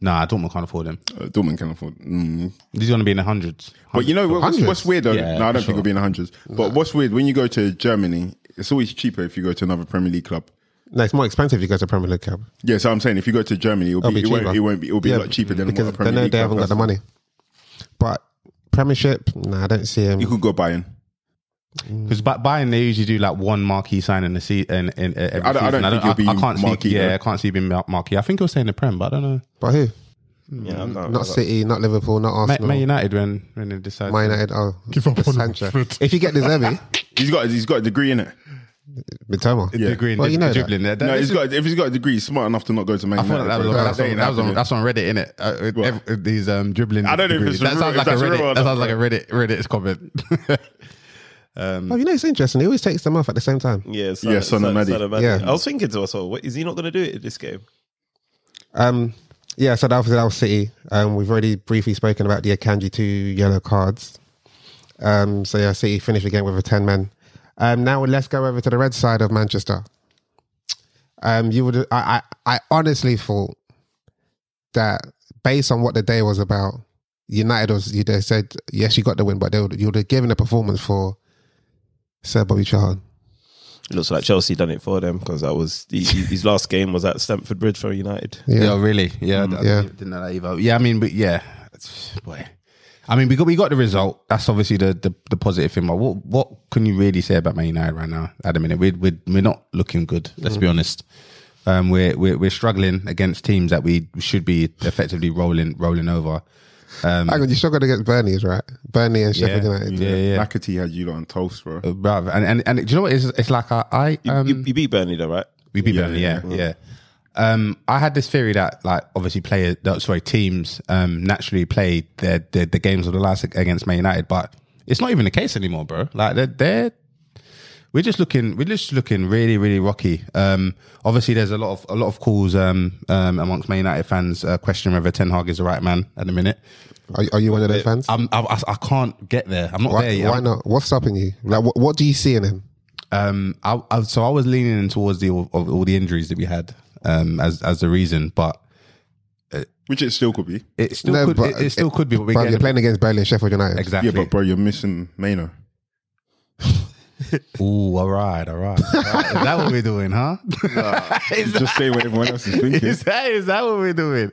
Nah, Dortmund can't afford him.
Uh, Dortmund can afford. Mm.
He's going to be in the hundreds.
But you know what- what's,
Hundreds?
what's weird though?
Yeah,
no, I
for
don't think
sure.
it'll be in the hundreds. But what's weird when you go to Germany, it's always cheaper if you go to another Premier League club.
No, it's more expensive if you go to Premier League club.
Yeah, so I'm saying if you go to Germany, it'll,
It'll
be,
be
it won't,
cheaper.
it won't be it'll be a lot cheaper than
because
what a
they
Premier
know
League
they haven't
club
got the
does.
money. But Premiership, no, I don't see him.
You could go Bayern.
Because by buying, they usually do like one marquee sign in the season. In, in, uh, every
I don't- I
season.
don't think he'll be
I can't
marquee,
see. Yeah,
though.
I can't see him being marquee. I think he'll stay in the Prem, but I don't know.
but who?
Mm.
Yeah, I'm
Not City, not Liverpool, not
Man,
Arsenal,
Man
Man,
United when when they decide.
United. Oh, give up on Sancho. If you get this Zerbi,
He's got he's got a degree in it.
Mitoma.
yeah. Green,
Well, you know that.
dribbling there. That-
No, he's
this-
got if he's got a degree, he's smart enough to not go to Man
I thought
United.
that was,
bro.
that was,
That
on,
ain't
that was on
happening.
that's on Reddit, innit? Uh,
What?
ev- these um, dribbling.
I don't know if
degrees.
it's
that
real-
sounds
if
like a
that's real
Reddit.
or
That
not,
sounds like a Reddit Reddit's comment.
Oh, you know it's interesting. He always takes them off at the same time.
Yeah, Son,
Yeah, Son and Madi.
Yeah.
I was thinking to myself, what, is he not going to do it in this game?
Um, yeah, so that was that was City. Um, we've already briefly spoken about the Akanji two yellow cards. Um, so yeah, City finished again with a ten man. Um, now let's go over to the red side of Manchester. Um, you would I I, I honestly thought that based on what the day was about, United was you they said yes you got the win, but they would, you would have given a performance for Sir Bobby Charlton.
It looks like Chelsea done it for them because that was he, he- his last game was at Stamford Bridge for United.
Yeah,
Yeah,
really. Yeah, I- I
Yeah.
Didn't know that either. Yeah, I mean, but yeah, it's- boy. I mean, we got we got the result. That's obviously the the, the positive thing. But what what can you really say about Man United right now? At the minute, we're we're, we're not looking good. Let's be honest. Um, we're, we're we're struggling against teams that we should be effectively rolling rolling over.
Hang on, you struggled against Burnley's right? Burnley and Sheffield United.
Um, yeah, yeah.
Doherty had you lot on toast, bro.
Uh, bruv. And, and and do you know what it is? It's like I, I
You,
um,
you, you beat Burnley though, right?
We beat
Yeah,
Burnley, yeah,
yeah,
yeah. Um, I had this theory that, like, obviously, players, no, sorry, teams um, naturally play their, their the games of the last against Man United, but it's not even the case anymore, bro. Like, they're, they're we're just looking, we're just looking really, really rocky. Um, obviously, there's a lot of a lot of calls um, um, amongst Man United fans uh, questioning whether Ten Hag is the right man at the minute.
Are, are you one of those fans?
I'm, I, I- I can't get there. I'm not
Why,
there yet.
why not? What's stopping you? Like, what, what do you see in him?
Um, I, I so I was leaning in towards the of all the injuries that we had um, as as the reason, but.
Which it still could be.
It still
No,
could.
but-
it, it still could be. But we're
But you're
getting
playing against Burnley and Sheffield United.
exactly.
Yeah, but bro, you're missing Maino.
Ooh, all right, all right. All right. Is that what we're doing, huh? is, that,
Just say what everyone else is thinking.
is that is that what we're doing?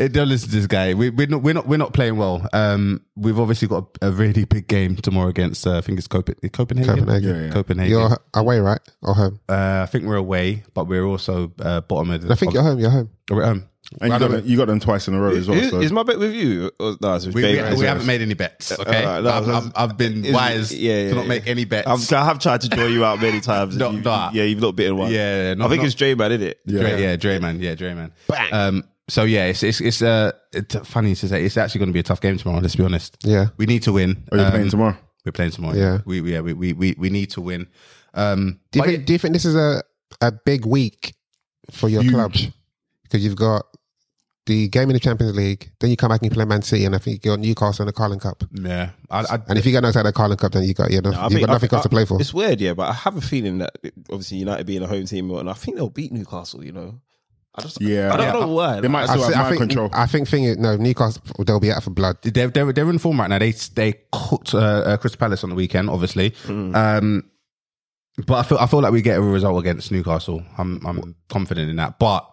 It, don't listen to this guy. We, we're not. We're not. We're not playing well. Um, we've obviously got a, a really big game tomorrow against. Uh, I think it's Copen- Copenhagen.
Copenhagen.
Yeah, yeah.
Copenhagen.
You're away, right? Or home?
Uh, I think we're away, but we're also uh, bottom of. The,
I think you're
of,
home. You're home.
you're. Um,
And you got, them, you got them twice in a row as well.
Is,
So.
is my bet with you? Or, no, it's with
we, we,
Jay Rice.
we haven't made any bets. Okay,
all right, no,
I've, I've, I've been
Is-
wise
yeah, yeah,
to not
yeah.
make any bets.
I've, I have tried to draw you out many times.
No,
You've-
nah.
Yeah, you've not bitten one.
Yeah, not-
I think
not-
it's Jay Man, isn't it?
Yeah, yeah, Dre man, yeah, Dre man. Um, so yeah, it's it's it's uh, it's funny to say it's actually going to be a tough game tomorrow. Let's be honest.
Yeah.
we need to win.
Are you
Um,
playing tomorrow?
We're playing tomorrow.
Yeah.
we we- yeah we we we, we need to win. Um,
Do you,
but
think, do you think this is a, a big week for your
Huge.
club? Because you've got the game in the Champions League, then you come back and play Man City, and I think you got Newcastle in the Carling Cup.
yeah, I, I,
And if you get outside the Carling Cup, then you got you know,
I
you've
think-
got
I
nothing
think-
else to play for.
It's weird, yeah, but I have a feeling that obviously United being a home team, and I think they'll beat Newcastle. You know, I just
Yeah.
I don't
Yeah.
know why.
They might
I,
still
thi-
have
I
mind
think
control.
I think thing is, no Newcastle they'll be out for blood.
they're, they're they're in form right now. They they cooked uh, uh, Crystal Palace on the weekend, obviously. Um, but I feel I feel like we get a result against Newcastle. I'm I'm confident in that. But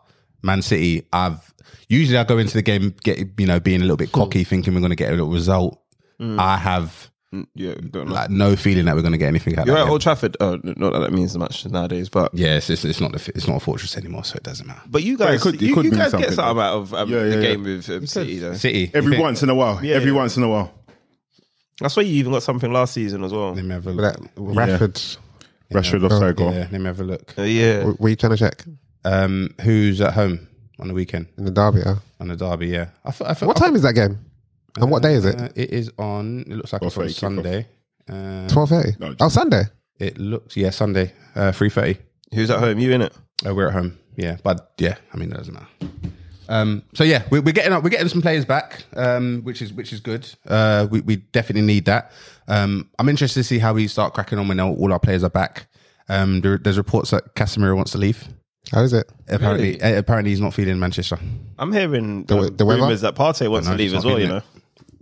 Man City, I've usually I go into the game get you know being a little bit cocky, thinking we're going to get a little result. I have
Mm, yeah, don't know.
like no feeling that we're going to get anything out
You're
of
at
that. game.
Old Trafford. Oh, n- not that that means much nowadays, but
Yeah, it's, it's, it's not the, it's not a fortress anymore, so it doesn't matter.
but you guys,
it could- it
you,
could
you
mean
guys
something,
get something
though.
out of um,
Yeah, yeah,
the
yeah.
game with um, City. Though.
City
Every once in a while. Every
yeah.
once in a while.
That's why you even got something last season as well.
Let me have a
But
look.
that Rashford,
Rashford offside goal.
Yeah, let me have a look.
Uh, yeah,
what are you trying to check
Um, who's at home on the weekend
in the derby? Huh?
on the derby? Yeah, I thought. I thought
What
I
time is that game? And what day is it?
Uh, it is on. It looks like it's on
Buffet kickoff.
Sunday. Uh,
Twelve thirty.
No, just-
Oh, Sunday.
it looks yeah Sunday, uh, three thirty.
who's at home? You in it?
Uh, we're at home. Yeah, but yeah, I mean that doesn't matter. Um, so yeah, we're, we're getting we're getting some players back, um, which is which is good. Uh, we, we definitely need that. Um, I'm interested to see how we start cracking on when all all our players are back. Um, there, there's reports that Casemiro wants to leave.
How is it?
Apparently, uh, apparently he's not feeling Manchester.
I'm hearing
The-
um,
the weather?
rumors that Partey wants
I
to
know,
leave
it's
as
not
well. You
been
know,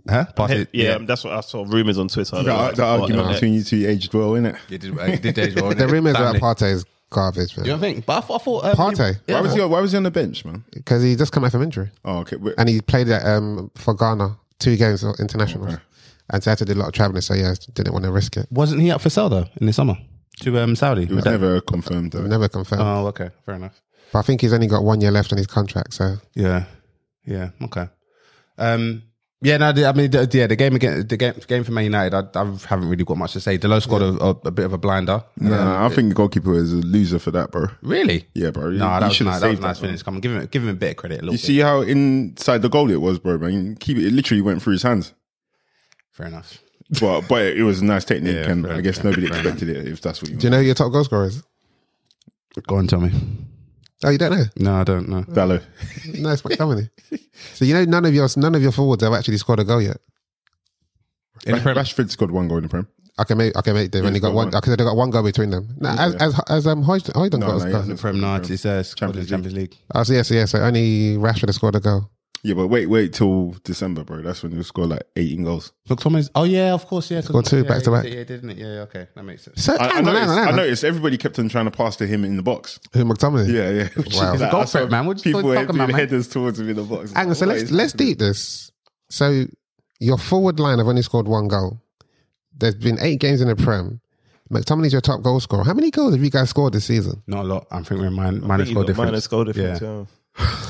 Huh? Party,
yeah, um, that's what I saw rumors on Twitter.
The, the argument between you two aged well, innit?
Yeah, did, uh, did days well,
The rumors about
Family.
Partey is garbage,
You know
man.
what I think? But I thought, I thought um,
Partey?
Yeah,
Why was he? Why was he on the bench, man?
Because he just come out from injury.
Oh, okay. Wait,
and he played at, um, for Ghana two games of internationals, and so he had to do a lot of traveling. So yeah, didn't want to risk it.
Wasn't he up for sale though in the summer to um, Saudi?
it was never confirmed. Though.
Never confirmed,
Uh,
Oh, okay, fair enough.
but I think he's only got one year left on his contract. So
Yeah, yeah, okay. Um, yeah, no, the- I mean, the, yeah, the game again, the game, game for Man United. I, I haven't really got much to say. Delo scored a, a, a bit of a blinder.
Nah, I think the goalkeeper is a loser for that, bro.
Really?
Yeah, bro. You-
Nah,
you
that was
should've
nice. That was
saved
nice
that, bro.
finish. Come on, give him, give him a bit of credit. A little
You
bit.
see how inside the goal it was, bro, man. Keep it. It literally went through his hands.
fair enough.
But but it was a nice technique,
Yeah,
and
fair
I guess
enough.
nobody expected it. If that's what you
do you
mean.
know who your top goal scorer is?
Go on, tell me.
Oh, you don't know?
No, I don't know.
Dallo.
No, it's McTominay. so you know none of your none of your forwards have actually scored a goal yet.
In the Prem-
Rashford scored one goal in the prem.
Okay, mate. Okay, mate. They've only got
got
one.
one.
Okay, they've got one goal between them. No, as, as as um Hoyden Hoyden
No,
got
no,
a
he
goal.
hasn't.
Prem, no, it's uh, Champions,
Champions
Champions League.
Oh, so yeah, so yeah. So only Rashford has scored a goal.
Yeah, but wait, wait till December, bro. That's when he'll score like 18 goals.
McTominay's. Oh yeah, of course, yeah.
Scored two
yeah,
back to
yeah,
back.
Yeah, didn't it? Yeah, yeah, okay, that makes sense.
So
I, I,
hang on, hang
noticed,
on,
I
hang on.
noticed everybody kept on trying to pass to him in the box.
Who McTominay?
Yeah, yeah. Which
Wow.
is
Go
I
for
saw
it, man. What you
People
talking
were
about,
doing
man?
headers towards him in the box.
Hang on, so
What
let's
is
let's
happening?
deep this. So your forward line have only scored one goal. There's been eight games in the Prem. McTominay's your top goal scorer. How many goals have you guys scored this season?
Not a lot. I think we're in min- minus goal difference.
Minus goal difference.
Yeah.
Yeah.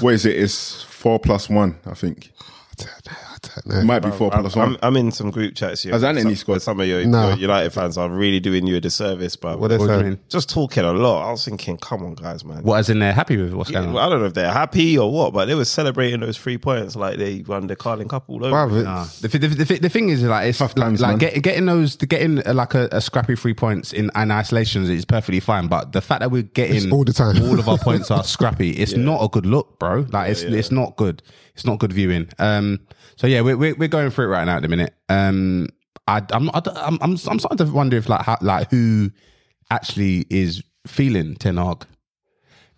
What is it? It's four plus one, I think.
I don't know. I
It
don't know.
might be four plus
I'm,
one.
I'm in some group chats here.
Has Anthony
Some-
scored?
Some of your,
No.
your United fans are really doing you a disservice, but
What is
What do you
that?
mean?
just talking a lot. I was thinking, come on, guys, man.
What, as in they're happy with what's
Yeah,
going
well,
on?
I don't know if they're happy or what, but they were celebrating those three points like they won the Carling Cup all over.
Bruv, it-
Nah. Ah. The, thi- the, thi- the thing is, like, it's like,
times,
like
man.
get, getting those, the getting uh, like a, a scrappy three points in, in isolations is perfectly fine. But the fact that we're getting
It's all the time.
all of our points are scrappy, it's not a good look, bro. Like, it's it's not good. It's not good viewing. Um, so yeah, we're we're, we're going through it right now at the minute. Um, I, I'm, I, don't- I'm I'm I'm starting to wonder if like how, like who actually is feeling Ten Hag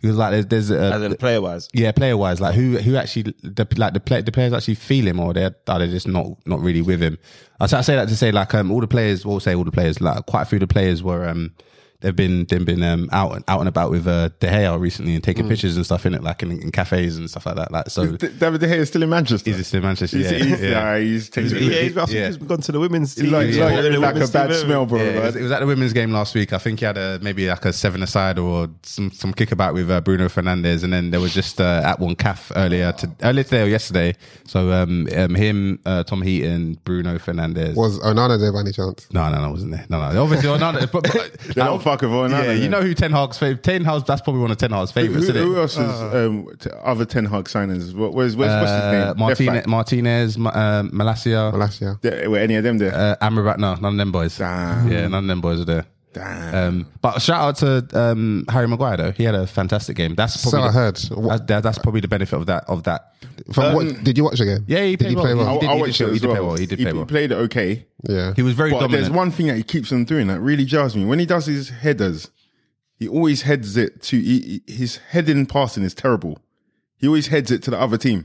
because like there's, there's a,
As in player wise,
yeah, player wise, like who who actually the like the play, the players actually feel him or they're are they just not not really with him. I say I say that to say like um all the players, we'll say all the players, like quite a few of the players were um they've been they've been um out and out and about with uh De Gea recently and taking pictures and stuff in it, like in, in cafes and stuff like that. Like so,
D- David De Gea is still in Manchester.
he's just in Manchester.
He's,
Yeah,
he's,
yeah.
nah, he's taking
yeah,
it.
he's, I think
yeah.
he's gone to the women's team.
He's like, he's
Yeah.
like,
The
like a
women's
bad
team.
smell, bro.
Yeah, it,
man.
was, it was at the women's game last week. I think he had a maybe like a seven aside or some some kickabout with uh, Bruno Fernandez, and then there was just uh, at one calf earlier to, earlier today or yesterday. So um, um him, uh, Tom Heaton, Bruno Fernandez.
Was Onana there by any chance?
no, no, no, wasn't there? No, no, obviously, no, no, but, but
They don't fuck with one
yeah,
another,
you
then.
know who Ten Hag's favorite. Ten Hag's that's probably one of Ten Hag's
Who,
favorites,
who
isn't it?
else is um, t- other Ten Hag signings? What, where's, where's, what's his name?
Uh,
Left
Martinez,
back.
Martinez, Ma- uh, Malacia,
Well, last year.
There- Were any of them there?
uh, Amrabat. No, none of them boys.
Damn.
Yeah, none of them boys are there. Um, but shout out to um, Harry Maguire though. He had a fantastic game. That's
So
probably
I
the-
heard. Wha-
that- that's probably the benefit of that of that.
From
Um,
what did you watch again?
Yeah, he
did
played
you play
well.
well?
He did-
I
he
watched
did-
it
he
as
did play
well.
well, he did play well.
played it okay.
Yeah,
He was very
But
dominant.
there's one thing that he keeps on doing that really jars me. When he does his headers, he always heads it to he, he- his heading passing is terrible. He always heads it to the other team,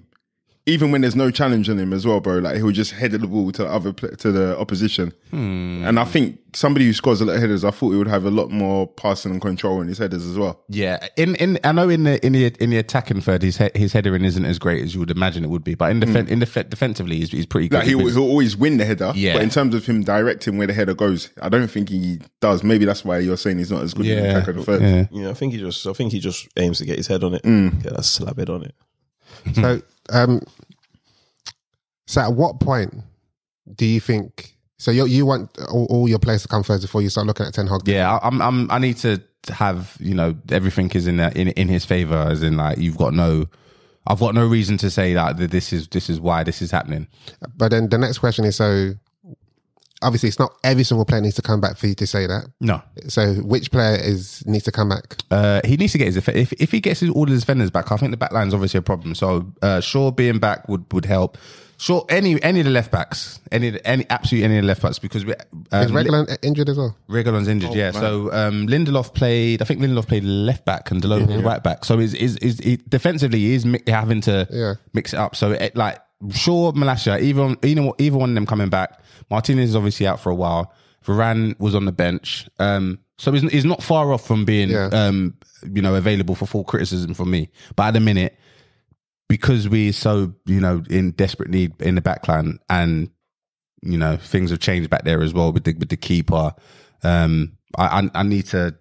even when there's no challenge on him as well, bro. Like he'll just head the ball to the other pla- to the opposition.
Hmm.
And I think somebody who scores a lot of headers, I thought he would have a lot more passing and control in his headers as well.
Yeah, in in I know in the in the in the attacking third, his he- his headering isn't as great as you would imagine it would be, but in defen- in defe- defensively, he's, he's pretty good.
Hmm. Like he, will- he'll always win the header,
Yeah.
but in terms of him directing where the header goes, I don't think he does. Maybe that's why you're saying he's not as good
Yeah.
as Lukaku the first.
yeah.
Yeah, I think he just I think he just aims to get his head on it.
Mm.
Get that slab head on it.
Hmm.
So, um, so at what point do you think? So you you want all, all your players to come first before you start looking at Ten Hag?
Yeah, I, I'm. I'm. I need to have you know everything is in that in in his favor, as in like you've got no, I've got no reason to say that, that this is this is why this is happening.
But then the next question is so. Obviously, it's not every single player needs to come back for you to say that.
No,
So, which player is needs to come back?
uh, he needs to get his def- if if he gets his, all his defenders back, I think the back line's obviously a problem. So uh, Shaw being back would would help. Shaw any any of the left backs, any any absolutely any of the left backs because we uh,
Is Regulon injured as well?
Regalon's
Oh,
injured, yeah. So um, Lindelof played. I think Lindelof played left back and Delope played right back. So is is is he, defensively he is mi- having to
Yeah.
mix it up. So it, like sure, Malasia, even either either one of them coming back. Martinez is obviously out for a while. Varane was on the bench, um, so he's, he's not far off from being
Yeah.
um, you know available for full criticism from me. But at the minute, because we're so you know in desperate need in the backline and you know things have changed back there as well with the with the keeper. Um, I I, I need to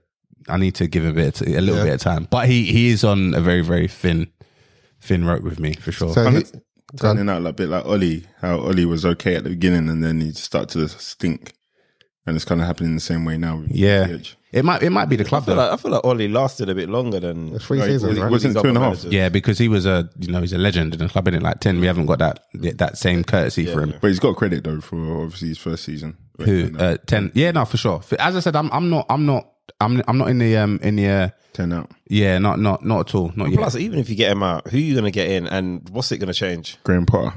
I need to give him a bit a little
Yeah.
bit of time, but he he is on a very very thin thin rope with me for sure.
So, who,
it's- turning out like a bit like Ollie, how Ollie was okay at the beginning and then he started to stink. And it's kind of happening the same way now. with
yeah,
PH.
it might it might be the club
I feel
though.
like I feel like Ollie lasted a bit longer than
three
Like,
seasons,
was it-
right?
wasn't
these
two and a
other
half.
managers.
yeah, because he was a you know he's a legend in the club in it like ten. We haven't got that that same courtesy for him.
But he's got credit though for obviously his first season. But, you
Who
know,
uh, ten? Yeah, no, for sure. As I said, I'm I'm not I'm not I'm I'm not in the um in the uh,
ten out.
yeah not not not at all not yet.
Plus, even if you get him out, who are you going to get in, and what's it going to change?
Graham Potter.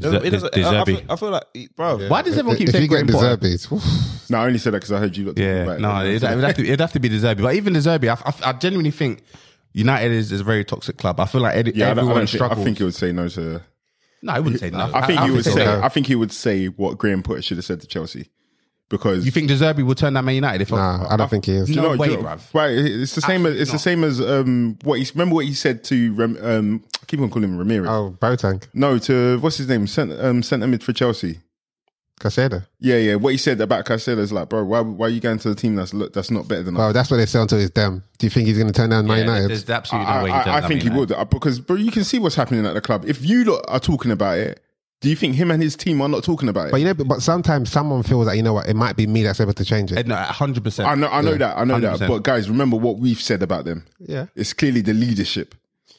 Deser-
It doesn't-
De-
I, I
Deserbi.
feel, I feel like, bro,
Why does everyone keep
if
saying
you
Graham
get
Potter?
Deserbies,
No, I only said that because I heard you lot talking
Yeah,
about
no,
it.
it'd, it'd have to, it'd have to be the Zerbi. But even the Zerbi, I, I, I genuinely think United is, is a very toxic club. I feel like ed-
yeah, I don't- I,
everyone
don't think, I
struggles.
think he would say no to.
no, I wouldn't say no.
I think he would
he'll
say.
go.
I think he would say what Graham Potter should have said to Chelsea, because
You think the Zerbi will turn down Man United? If
nah, I don't think he is.
No
Do
way,
do
bruv.
Right, it's the same. As, it's the same as um, what he remember what he said to Ram, um, I keep on calling him Ramirez.
Oh, Boateng,
No, to what's his name? Cent, um, centre mid for Chelsea.
Caseda.
Yeah, yeah. What he said about Caicedo is like, bro, why, why are you going to the team that's look, that's not better than us?
Well, that's what they sell to is them. Do you think he's going to turn down Man
Yeah,
United?
there's absolutely no
I,
way. turns
I, I
down
think he
Man
would uh, because, bro, you can see what's happening at the club. If you lot are talking about it, do you think him and his team are not talking about it?
But you know, but, but sometimes someone feels that you know what, it might be me that's able to change it.
United. No, hundred
I
percent.
know, I know that, I know that.
100%.
But guys, remember what we've said about them.
Yeah.
it's clearly the leadership.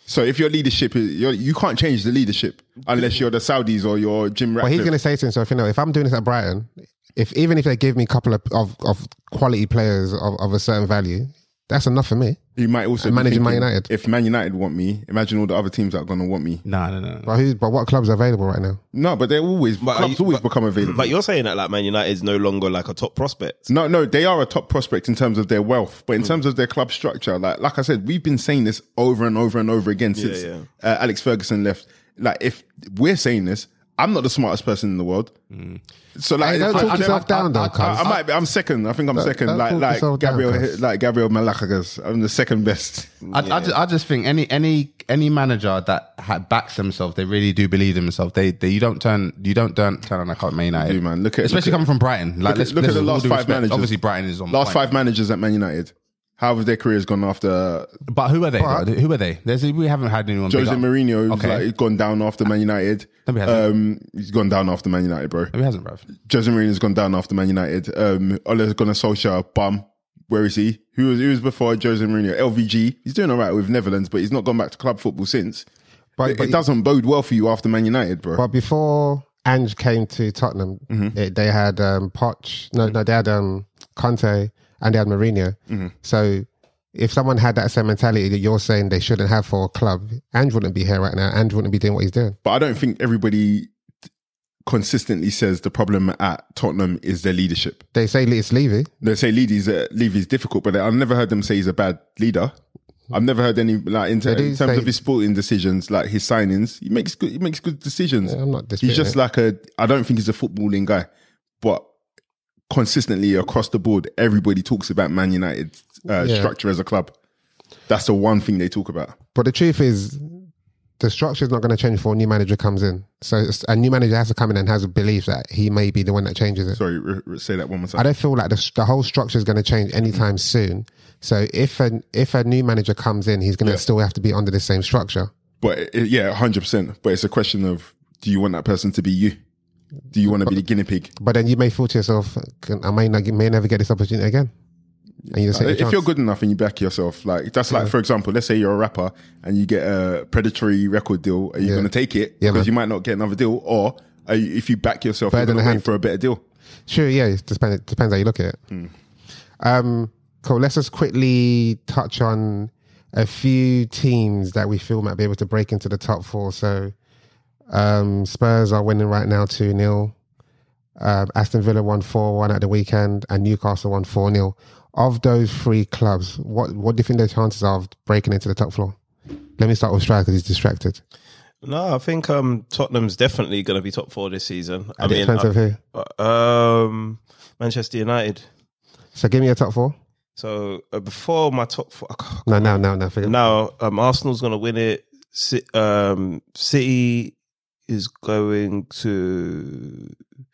So if your leadership is, you're, you can't change the leadership unless you're the Saudis or you're Jim Ratcliffe.
But he's going to say to himself, you know, if I'm doing this at Brighton, if even if they give me a couple of, of, of quality players of, of a certain value, that's enough for me.
you might also
And
be
managing Man
thinking,
United.
If Man United want me, imagine all the other teams that are going to want me.
No, no, no.
But who? But what clubs are available right now?
No, but they're always
are
clubs
you-
always become available.
But you're saying that like Man United is no longer like a top prospect.
No, no, they are a top prospect in terms of their wealth,
Mm.
but in terms of their club structure, like like I said, we've been saying this over and over and over again since
yeah.
Uh, Alex Ferguson left. Like if we're saying this, I'm not the smartest person in the world.
Mm.
So like,
don't
if I-
talk
I-
yourself
I-
down, though,
I, I, I
cuz.
might. Be, I'm second. I think I'm second.
don't
Like
talk
like
yourself down,
Gabriel,
cuz.
like Gabriel Malakas. I'm the second best.
Mm.
I, I, just, I just think any any any manager that ha- backs themselves, they really do believe in themselves. They, they you don't turn you don't turn turn on a club Man United.
do, man. Look at-
especially
look
coming from Brighton. Like
at-
let's
look at
let's
the
with
last
all due
five
respect,
managers.
Obviously, Brighton is on
Last
point.
five managers at Man United. How have their careers gone after
But who are they? though? Who are they? There's, we haven't had anyone. big
Jose
up.
Mourinho? Who's
Okay.
like he's gone down after Man United.
No, he hasn't.
Um, he's gone down after Man United, bro.
Who hasn't, bruv?
Jose Mourinho's gone down after Man United. Um, Ole's gone to Solskjaer. Bum. Where is he? Who was, who was before Jose Mourinho? LVG. He's doing all right with Netherlands, but he's not gone back to club football since.
But,
It,
but,
it doesn't bode well for you after Man United, bro.
but before Ange came to Tottenham, it, they had um, Poch. No, no, they had um, Conte and they had Mourinho. So if someone had that same mentality that you're saying they shouldn't have for a club, Ange wouldn't be here right now. Ange wouldn't be doing what he's doing.
But I don't think everybody consistently says the problem at Tottenham is their leadership.
They say it's Levy.
They say Levy's uh, Levy's difficult, but I've never heard them say he's a bad leader. I've never heard any like in, ter-
They do
in terms
say-
of his sporting decisions, like his signings. He makes good. He makes good decisions.
I'm not disputing
he's just
it.
like a. I don't think he's a footballing guy, but consistently across the board, everybody talks about Man United uh,
Yeah.
structure as a club. That's the one thing they talk about.
But the truth is, the structure is not going to change before a new manager comes in. So it's- a new manager has to come in and has a belief that he may be the one that changes it.
Sorry, re- re- say that one more
I
time.
don't feel like the, s- the whole structure is going to change anytime soon. So if an if a new manager comes in, he's going to still have to be under the same structure.
But it, yeah, hundred percent. But it's a question of: Do you want that person to be you? Do you want to be the guinea pig?
But then you may feel to yourself, "Can- I may not, get- may never get this opportunity again. And you just take the
Uh, if you're
chance.
good enough and you back yourself, like that's like for example, let's say you're a rapper and you get a predatory record deal, are you going to take it
Yeah, man.
because you might not get another deal, or are you, if you back yourself,
Bird
you're
in
going
the
to wait
hand.
for a better deal?
Sure, yeah, it depends, depends how you look at it.
Hmm.
Um, cool. Let's just quickly touch on a few teams that we feel might be able to break into the top four. So um, Spurs are winning right now 2 0. Um, Aston Villa won 4 1 at the weekend, and Newcastle won 4 0. Of those three clubs, what, what do you think their chances are of breaking into the top four? Let me start with Striker because he's distracted.
No, I think um, Tottenham's definitely going to be top four this season. I
At the
mean,
expense of who?
uh, um, Manchester United.
So give me a top four.
So uh, before my top four, I can't-
No, no, no, no. Forget.
now um, Arsenal's going to win it. Ci- um, City is going to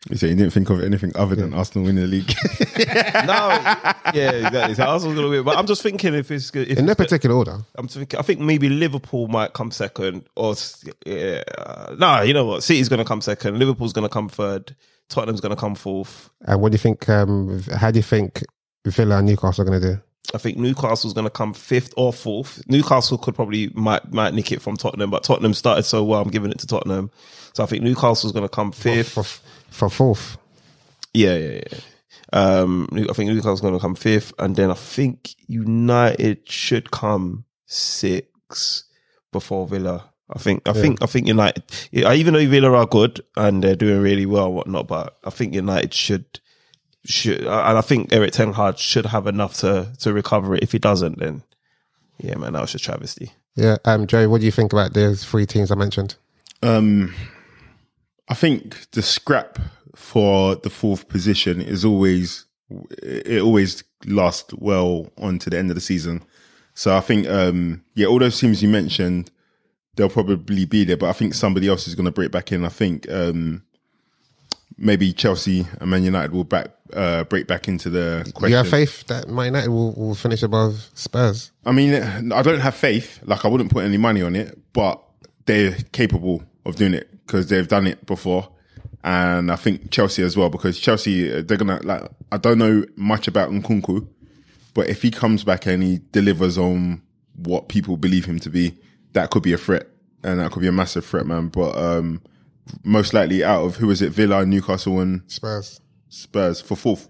You say you didn't think of anything other than Arsenal winning the league.
no, yeah, exactly. So Arsenal's going to win, but I'm just thinking if it's good. If
In no
it's good-
particular order.
I'm thinking, I think maybe Liverpool might come second, or s- yeah, no, you know what? City's going to come second. Liverpool's going to come third. Tottenham's going to come fourth.
And Uh, what do you think? Um, how do you think Villa and Newcastle are going to do?
I think Newcastle's going to come fifth or fourth. Newcastle could probably might might nick it from Tottenham, but Tottenham started so well. I'm giving it to Tottenham, so I think Newcastle's going to come fifth.
For, for fourth,
Yeah, yeah, yeah. Um, I think Newcastle's going to come fifth, and then I think United should come six before Villa. I think, I think, I think United. yeah, Even though Villa are good and they're doing really well, and whatnot, but I think United should should, and I think Eric Ten Hag should have enough to to recover it. If he doesn't, then yeah, man, that was a travesty.
yeah. Um, Joe, what do you think about those three teams I mentioned?
um, I think the scrap for the fourth position is always it always lasts well on to the end of the season. So I think um, yeah, all those teams you mentioned, they'll probably be there, but I think somebody else is going to break back in. I think um, maybe Chelsea and Man United will back uh, break back into the
Do
question.
you have faith that Man United will, will finish above Spurs?
I mean, I don't have faith. Like, I wouldn't put any money on it, but they're capable of doing it because they've done it before. And I think Chelsea as well, because Chelsea, uh, they're going to, like, I don't know much about Nkunku, but if he comes back and he delivers on what people believe him to be, that could be a threat. And that could be a massive threat, man. But um, most likely out of, who is it, Villa, Newcastle, and
Spurs.
Spurs for fourth.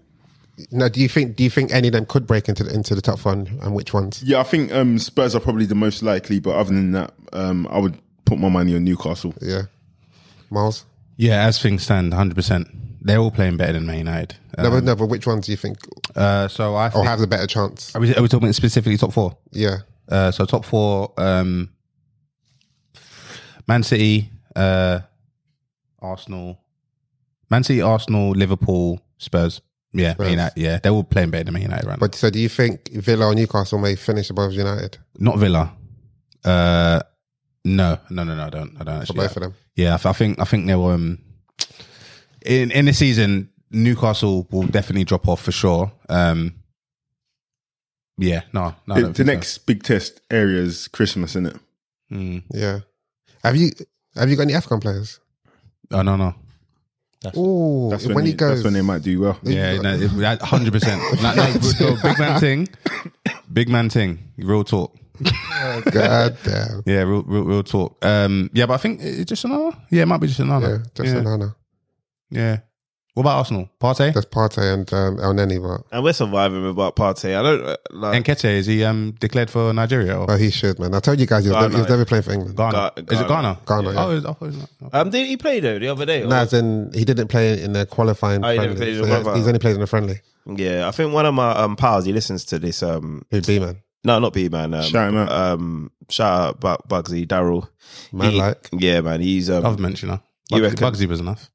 No, do you think? Do you think any of them could break into the, into the top one, and which ones?
Yeah, I think um, Spurs are probably the most likely, but other than that, um, I would put my money on Newcastle.
Yeah, Miles.
Yeah, as things stand, 100%. They're all playing better than Man United.
No, but no, but which ones do you think
Uh, so I
will
think,
have the better chance?
are, we, are we talking specifically top four?
Yeah,
Uh, so top four, um, Man City, uh, Arsenal, Man City, Arsenal, Liverpool, Spurs. Yeah, Man United, yeah, they're all playing better than Man United right now.
but so do you think Villa or Newcastle may finish above United
Not Villa. Uh, no, no, no, no. I don't. I don't
for
actually.
both of them?
Yeah, I, th- I think I think they will. Um, in in the season, Newcastle will definitely drop off for sure. Um, yeah, no, no. I don't
The, the
think so.
next big test area is Christmas, isn't it?
Mm.
Yeah. Have you have you got any Afghan players?
Oh no, no.
Oh,
That's
when, he
they,
goes,
that's when they might do well.
Yeah, no, it- hundred percent. No, no, so big man thing, big man thing. Real talk.
God damn.
Yeah, real, real, real talk. Um, yeah, but I think it's just another. Yeah, it might be just another.
Yeah, just
yeah.
Onana.
Yeah. What about Arsenal? Partey?
There's Partey and um, El Neni, but
And we're surviving without Partey. I don't uh, like.
Enkete, is he um, declared for Nigeria or
well, he should, man. I told you guys he was,
Ghana.
never, he was never playing for England.
Ghana?
Ga-
Is it Ghana?
Ghana.
Ghana, yeah.
Oh, is- I thought it was not.
Um, didn't he play though the other day?
No, as in he didn't play in the qualifying.
Oh, he didn't
friendly.
play in
So,
the
yeah,
qualifying.
he's only played in the friendly.
Yeah, I think one of my um pals he listens to this. Um,
Who'd be man?
no, not B man. Um,
Shout him out.
Um, shout out Bu- Bugsy Daryl.
Man,
He-
like
yeah, man, he's um.
I've mentioned her.
You
Bugsy,
reckon?
Bugsy was enough.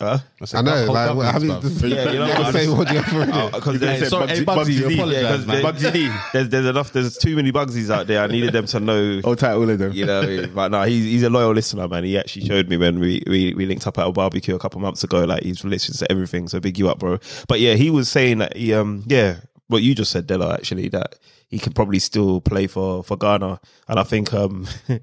huh?
said,
I know,
hold
like
up,
well, I
man,
mean,
bruv.
this,
Yeah, you know
have
what?
to say what you have for
Oh,
it.
'cause there's,
Sorry, hey, Bugsy, you apologise,
yeah, 'cause
man.
there-
Bugsy D.
there's there's enough. There's too many Bugsies out there. I needed them to know.
I'll tie all of them.
You know, what I mean? but no, he's he's a loyal listener, man. He actually showed me when we, we, we linked up at a barbecue a couple months ago. Like he's listened to everything, so big you up, bro. But yeah, he was saying that he um yeah, what you just said, Della, actually that he can probably still play for for Ghana, and I think um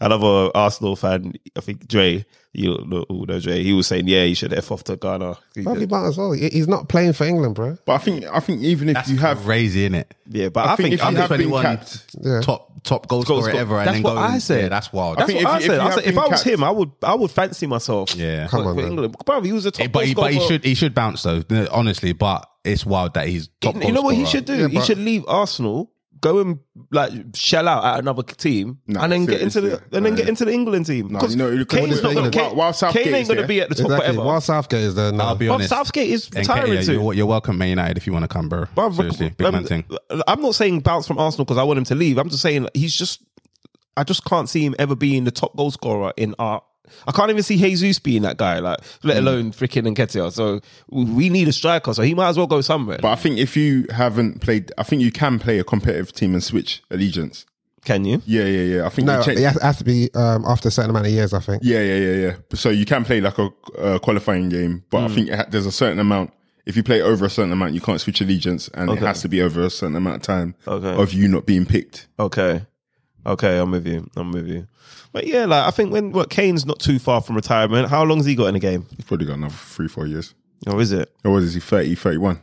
another Arsenal fan, I think Dre, you know, all know Dre, he was saying yeah, he should f off to Ghana.
Well, he might as well. oh, He- He's not playing for England, bro.
But I think I think even if you have
crazy, innit?
Yeah, but I,
I
think,
think if
I
you
Under
have
think
been
21,
capped.
Yeah.
top top goal
Goal
scorer
scorer.
ever, and
That's
then
what
go.
I
in-
said.
Yeah, that's wild.
that's
That's-
think
what
if you-
I
if
said.
you
I
have
said if
been
I was
capped-
him, I would I would fancy myself.
Yeah.
for,
Come on,
for
man.
England, bro, he was a top.
Eh, but he,
goal
but he
scorer.
should he should bounce though, No, honestly. But it's wild that he's top.
you know
goal
what he
scorer.
should do?
Yeah,
he
but-
should leave Arsenal, go and like shell out at another team,
Nah,
and then get into
seriously,
the and then
nah.
get into the England team.
Nah,
'Cause
you know, you look at
Kane's
what
not gonna,
they're doing.
Kane,
While- while Southgate
Kane ain't going to
is
be at the top
Exactly.
forever.
While Southgate is there
I'll
now,
be
Bob
honest.
Southgate is
Nketiah,
tiring too.
you're, you're welcome, Man United, if you want to come, bro.
Bruv,
Seriously, big
um,
man thing.
I'm not saying bounce from Arsenal because I want him to leave. I'm just saying like, he's just. I just can't see him ever being the top goal scorer in our. I can't even see Jesus being that guy, like let
Mm.
alone freaking Nketiah. So we- we need a striker, so he might as well go somewhere.
But I think if you haven't played, I think you can play a competitive team and switch allegiance.
Can you?
Yeah, yeah, yeah. I think
no,
you
it
change.
has, has to be um, after a certain amount of years, I think.
Yeah, yeah, yeah, yeah. So you can play like a uh, qualifying game, but I think it ha- there's a certain amount. If you play over a certain amount, you can't switch allegiance, and it has to be over a certain amount of time
Okay.
of you not being picked.
Okay. Okay, I'm with you. I'm with you. But yeah, like I think when what Kane's not too far from retirement. How long's he got in the game?
He's probably got another three, four years.
Or is it?
Or was is he 30, 31?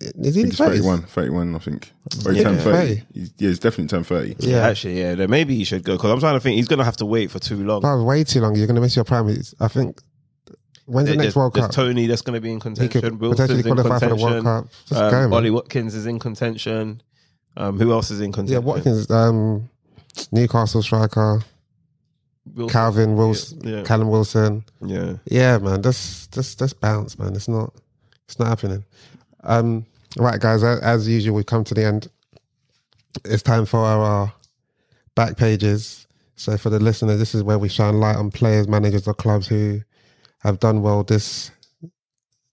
Is he
He's 31,
thirty-one?
31, I think. Or he turned 30.
30.
He's, yeah, he's definitely turned 30.
Yeah.
Actually, yeah, then maybe he should go because I'm trying to think he's gonna have to wait for too long.
That was way too long. You're going to miss your prime. It's- I think. When's the
There-
next
there's-
World
there's
Cup?
Tony that's going to be in contention.
could
Wilson's in
potentially qualify for
contention.
the World Cup. Just
Um,
go, man.
Ollie Watkins is in contention. Um, who else is in
yeah,
contention?
Watkins, um, Newcastle striker,
Wilson.
Calvin Wilson,
yeah.
Callum Wilson.
yeah.
Yeah, man, that's that's that's bounce, man. It's not it's not happening. Um, right, guys, as, as usual, we've come to the end. It's time for our uh, back pages. So for the listeners, this is where we shine light on players, managers, or clubs who have done well this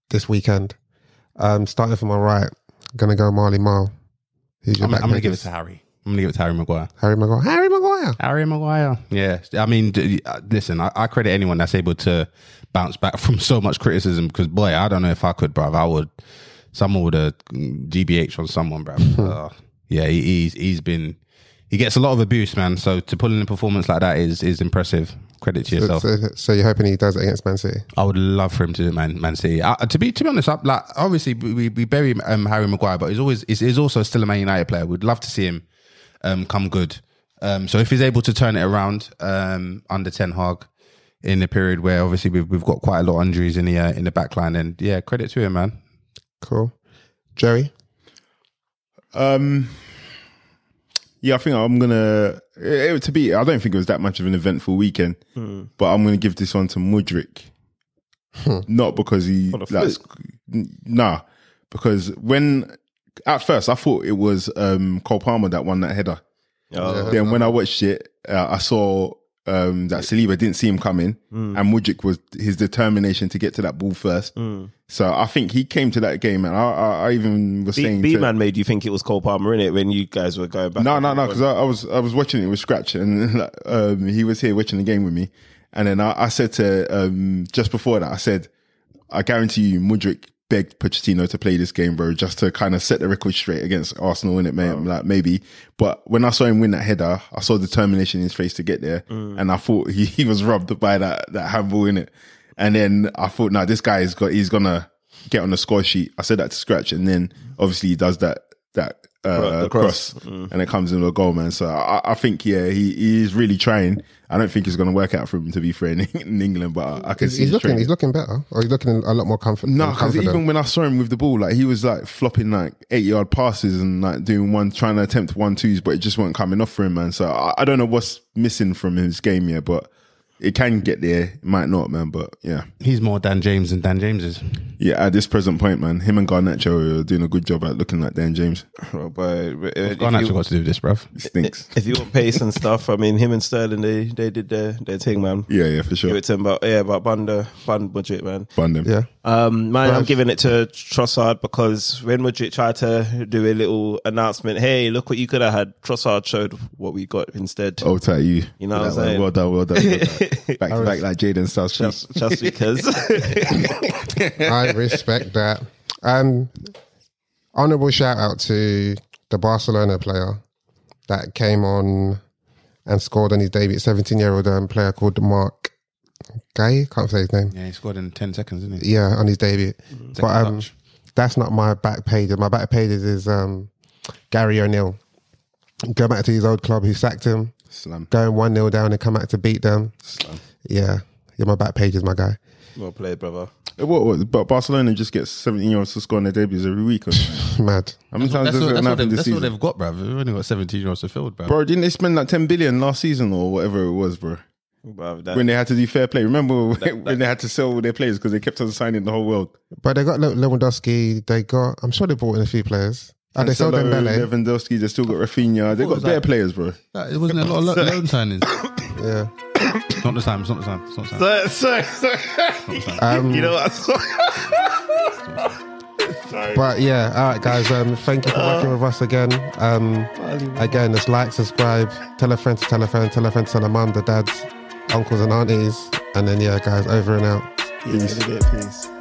this weekend. Um, starting from my right, gonna go Marley Marl. Who's your
I'm,
back
I'm gonna give it
pages?
to Harry. I'm gonna give it to Harry Maguire.
Harry Maguire. Harry Maguire.
Harry Maguire. Yeah, I mean, d- uh, listen, I, I credit anyone that's able to bounce back from so much criticism because, boy, I don't know if I could, bruv. I would. Someone would have GBH on someone, bruv. Uh, yeah, he, he's he's been. He gets a lot of abuse, man. So to pull in a performance like that is is impressive. Credit to yourself.
So, so you're hoping he does it against Man City?
I would love for him to do it, Man Man City. I, to be to be honest, I, like obviously we, we- we bury um, Harry Maguire, but he's always he's, he's also still a Man United player. We'd love to see him um, come good. Um, so if he's able to turn it around um, under Ten Hag in a period where obviously we've we've got quite a lot of injuries in the uh, in the back line, and yeah, credit to him, man.
Cool. Jerry?
Um, yeah, I think I'm gonna. It, it- to be, I don't think it was that much of an eventful weekend,
Hmm.
but I'm gonna give this one to Mudrick. Not because he
What a
like, n- nah, because when at first I thought it was um Cole Palmer that won that header.
Oh,
then when I watched it, uh, I saw um that Saliba didn't see him coming,
Hmm.
and Mudrick was his determination to get to that ball first.
Hmm.
So I think he came to that game, and I, I, I even was
B,
saying to-
man made you think it was Cole Palmer in it when you guys were going back.
no, no, no, because I, I was I was watching it with Scratch, and like, um, he was here watching the game with me, and then I, I said to um, just before that, I said, I guarantee you, Mudrick begged Pochettino to play this game, bro, just to kind of set the record straight against Arsenal, in it, mate. I'm Like maybe, but when I saw him win that header, I saw determination in his face to get there, and I thought he, he was robbed by that that handball in it, and then I thought, no, this guy's got he's gonna get on the score sheet. I said that to Scratch, and then obviously he does that that uh,
the
cross,
cross.
Mm.
and it comes in with a goal, man. So I, I think, yeah, he, he is really trying. I don't think it's going to work out for him to be fair in, in England, but I, I can
He's,
see
he's looking.
trying.
He's looking better, or he's looking a lot more comfort,
No, because
confident.
even when I saw him with the ball, like he was like flopping like eight yard passes and like doing one, trying to attempt one twos, but it just wasn't coming off for him, man. So I, I don't know what's missing from his game yet, but it can get there. It might not, man. But yeah,
He's more Dan James than Dan James is.
yeah. At this present point, man, him and Garnacho are doing a good job at looking like Dan James.
But, but, uh, if
Gone
you-
actually got to do with this, bruv.
It stinks.
if you want pace and stuff, I mean, him and Sterling, they they did their, their thing, man.
Yeah, yeah, for
Give
sure.
it to him, but yeah, but Bunda, Bund budget, man.
Bun them.
yeah,
Um, man, I'm
Perhaps-
giving it to Trossard because when Modric tried to do a little announcement, hey, look what you could have had, Trossard showed what we got instead.
Oh, tight you.
You know what
That
I'm
one.
saying?
Well done, well done. Well done. back to back like Jaden South.
Just, just because.
I respect that. Um, honorable shout out to the Barcelona player that came on and scored on his debut. Seventeen-year-old um, player called Mark Gay. Can't say his name.
Yeah, he scored in 10 seconds, didn't he?
Yeah, on his debut. But um,
touch.
that's not my back pages. My back pages is um, Gary O'Neill. Go back to his old club who sacked him,
Slam.
going 1 0 down and come back to beat them.
Slam.
Yeah, you're my back pages, my guy.
well played, brother.
What, what, but Barcelona just gets 17 year olds to score on their debuts every week. Or something.
Mad.
How many times
That's,
does
what,
it
that's, what,
happen
they've,
this
that's what
season?
they've got, bruv. They've only got 17 year olds to field, bruv.
Bro, didn't they spend like 10 billion last season or whatever it was, bro?
Bruv, that-
When they had to do fair play. Remember when they had to sell all their players because they kept on signing the whole world?
But they got Le- Lewandowski. They got, I'm sure they brought in a few players. Oh, they sold
Cancelo,
Dembele.
Lewandowski, they still got Rafinha. They
What
got
was
bare
that?
players, bro.
Like, it wasn't a lot of lo- loan signings.
Yeah.
It's not the time. It's not the time. It's not the time.
Sorry, sorry, sorry.
Um,
you know what?
But yeah, all right, guys. Um, thank you for working with us again. Um, again, just like, subscribe, tell a friend to tell a friend, tell a friend to tell a mum, the dads, uncles, and aunties. And then, yeah, guys, over and out.
Peace. Peace.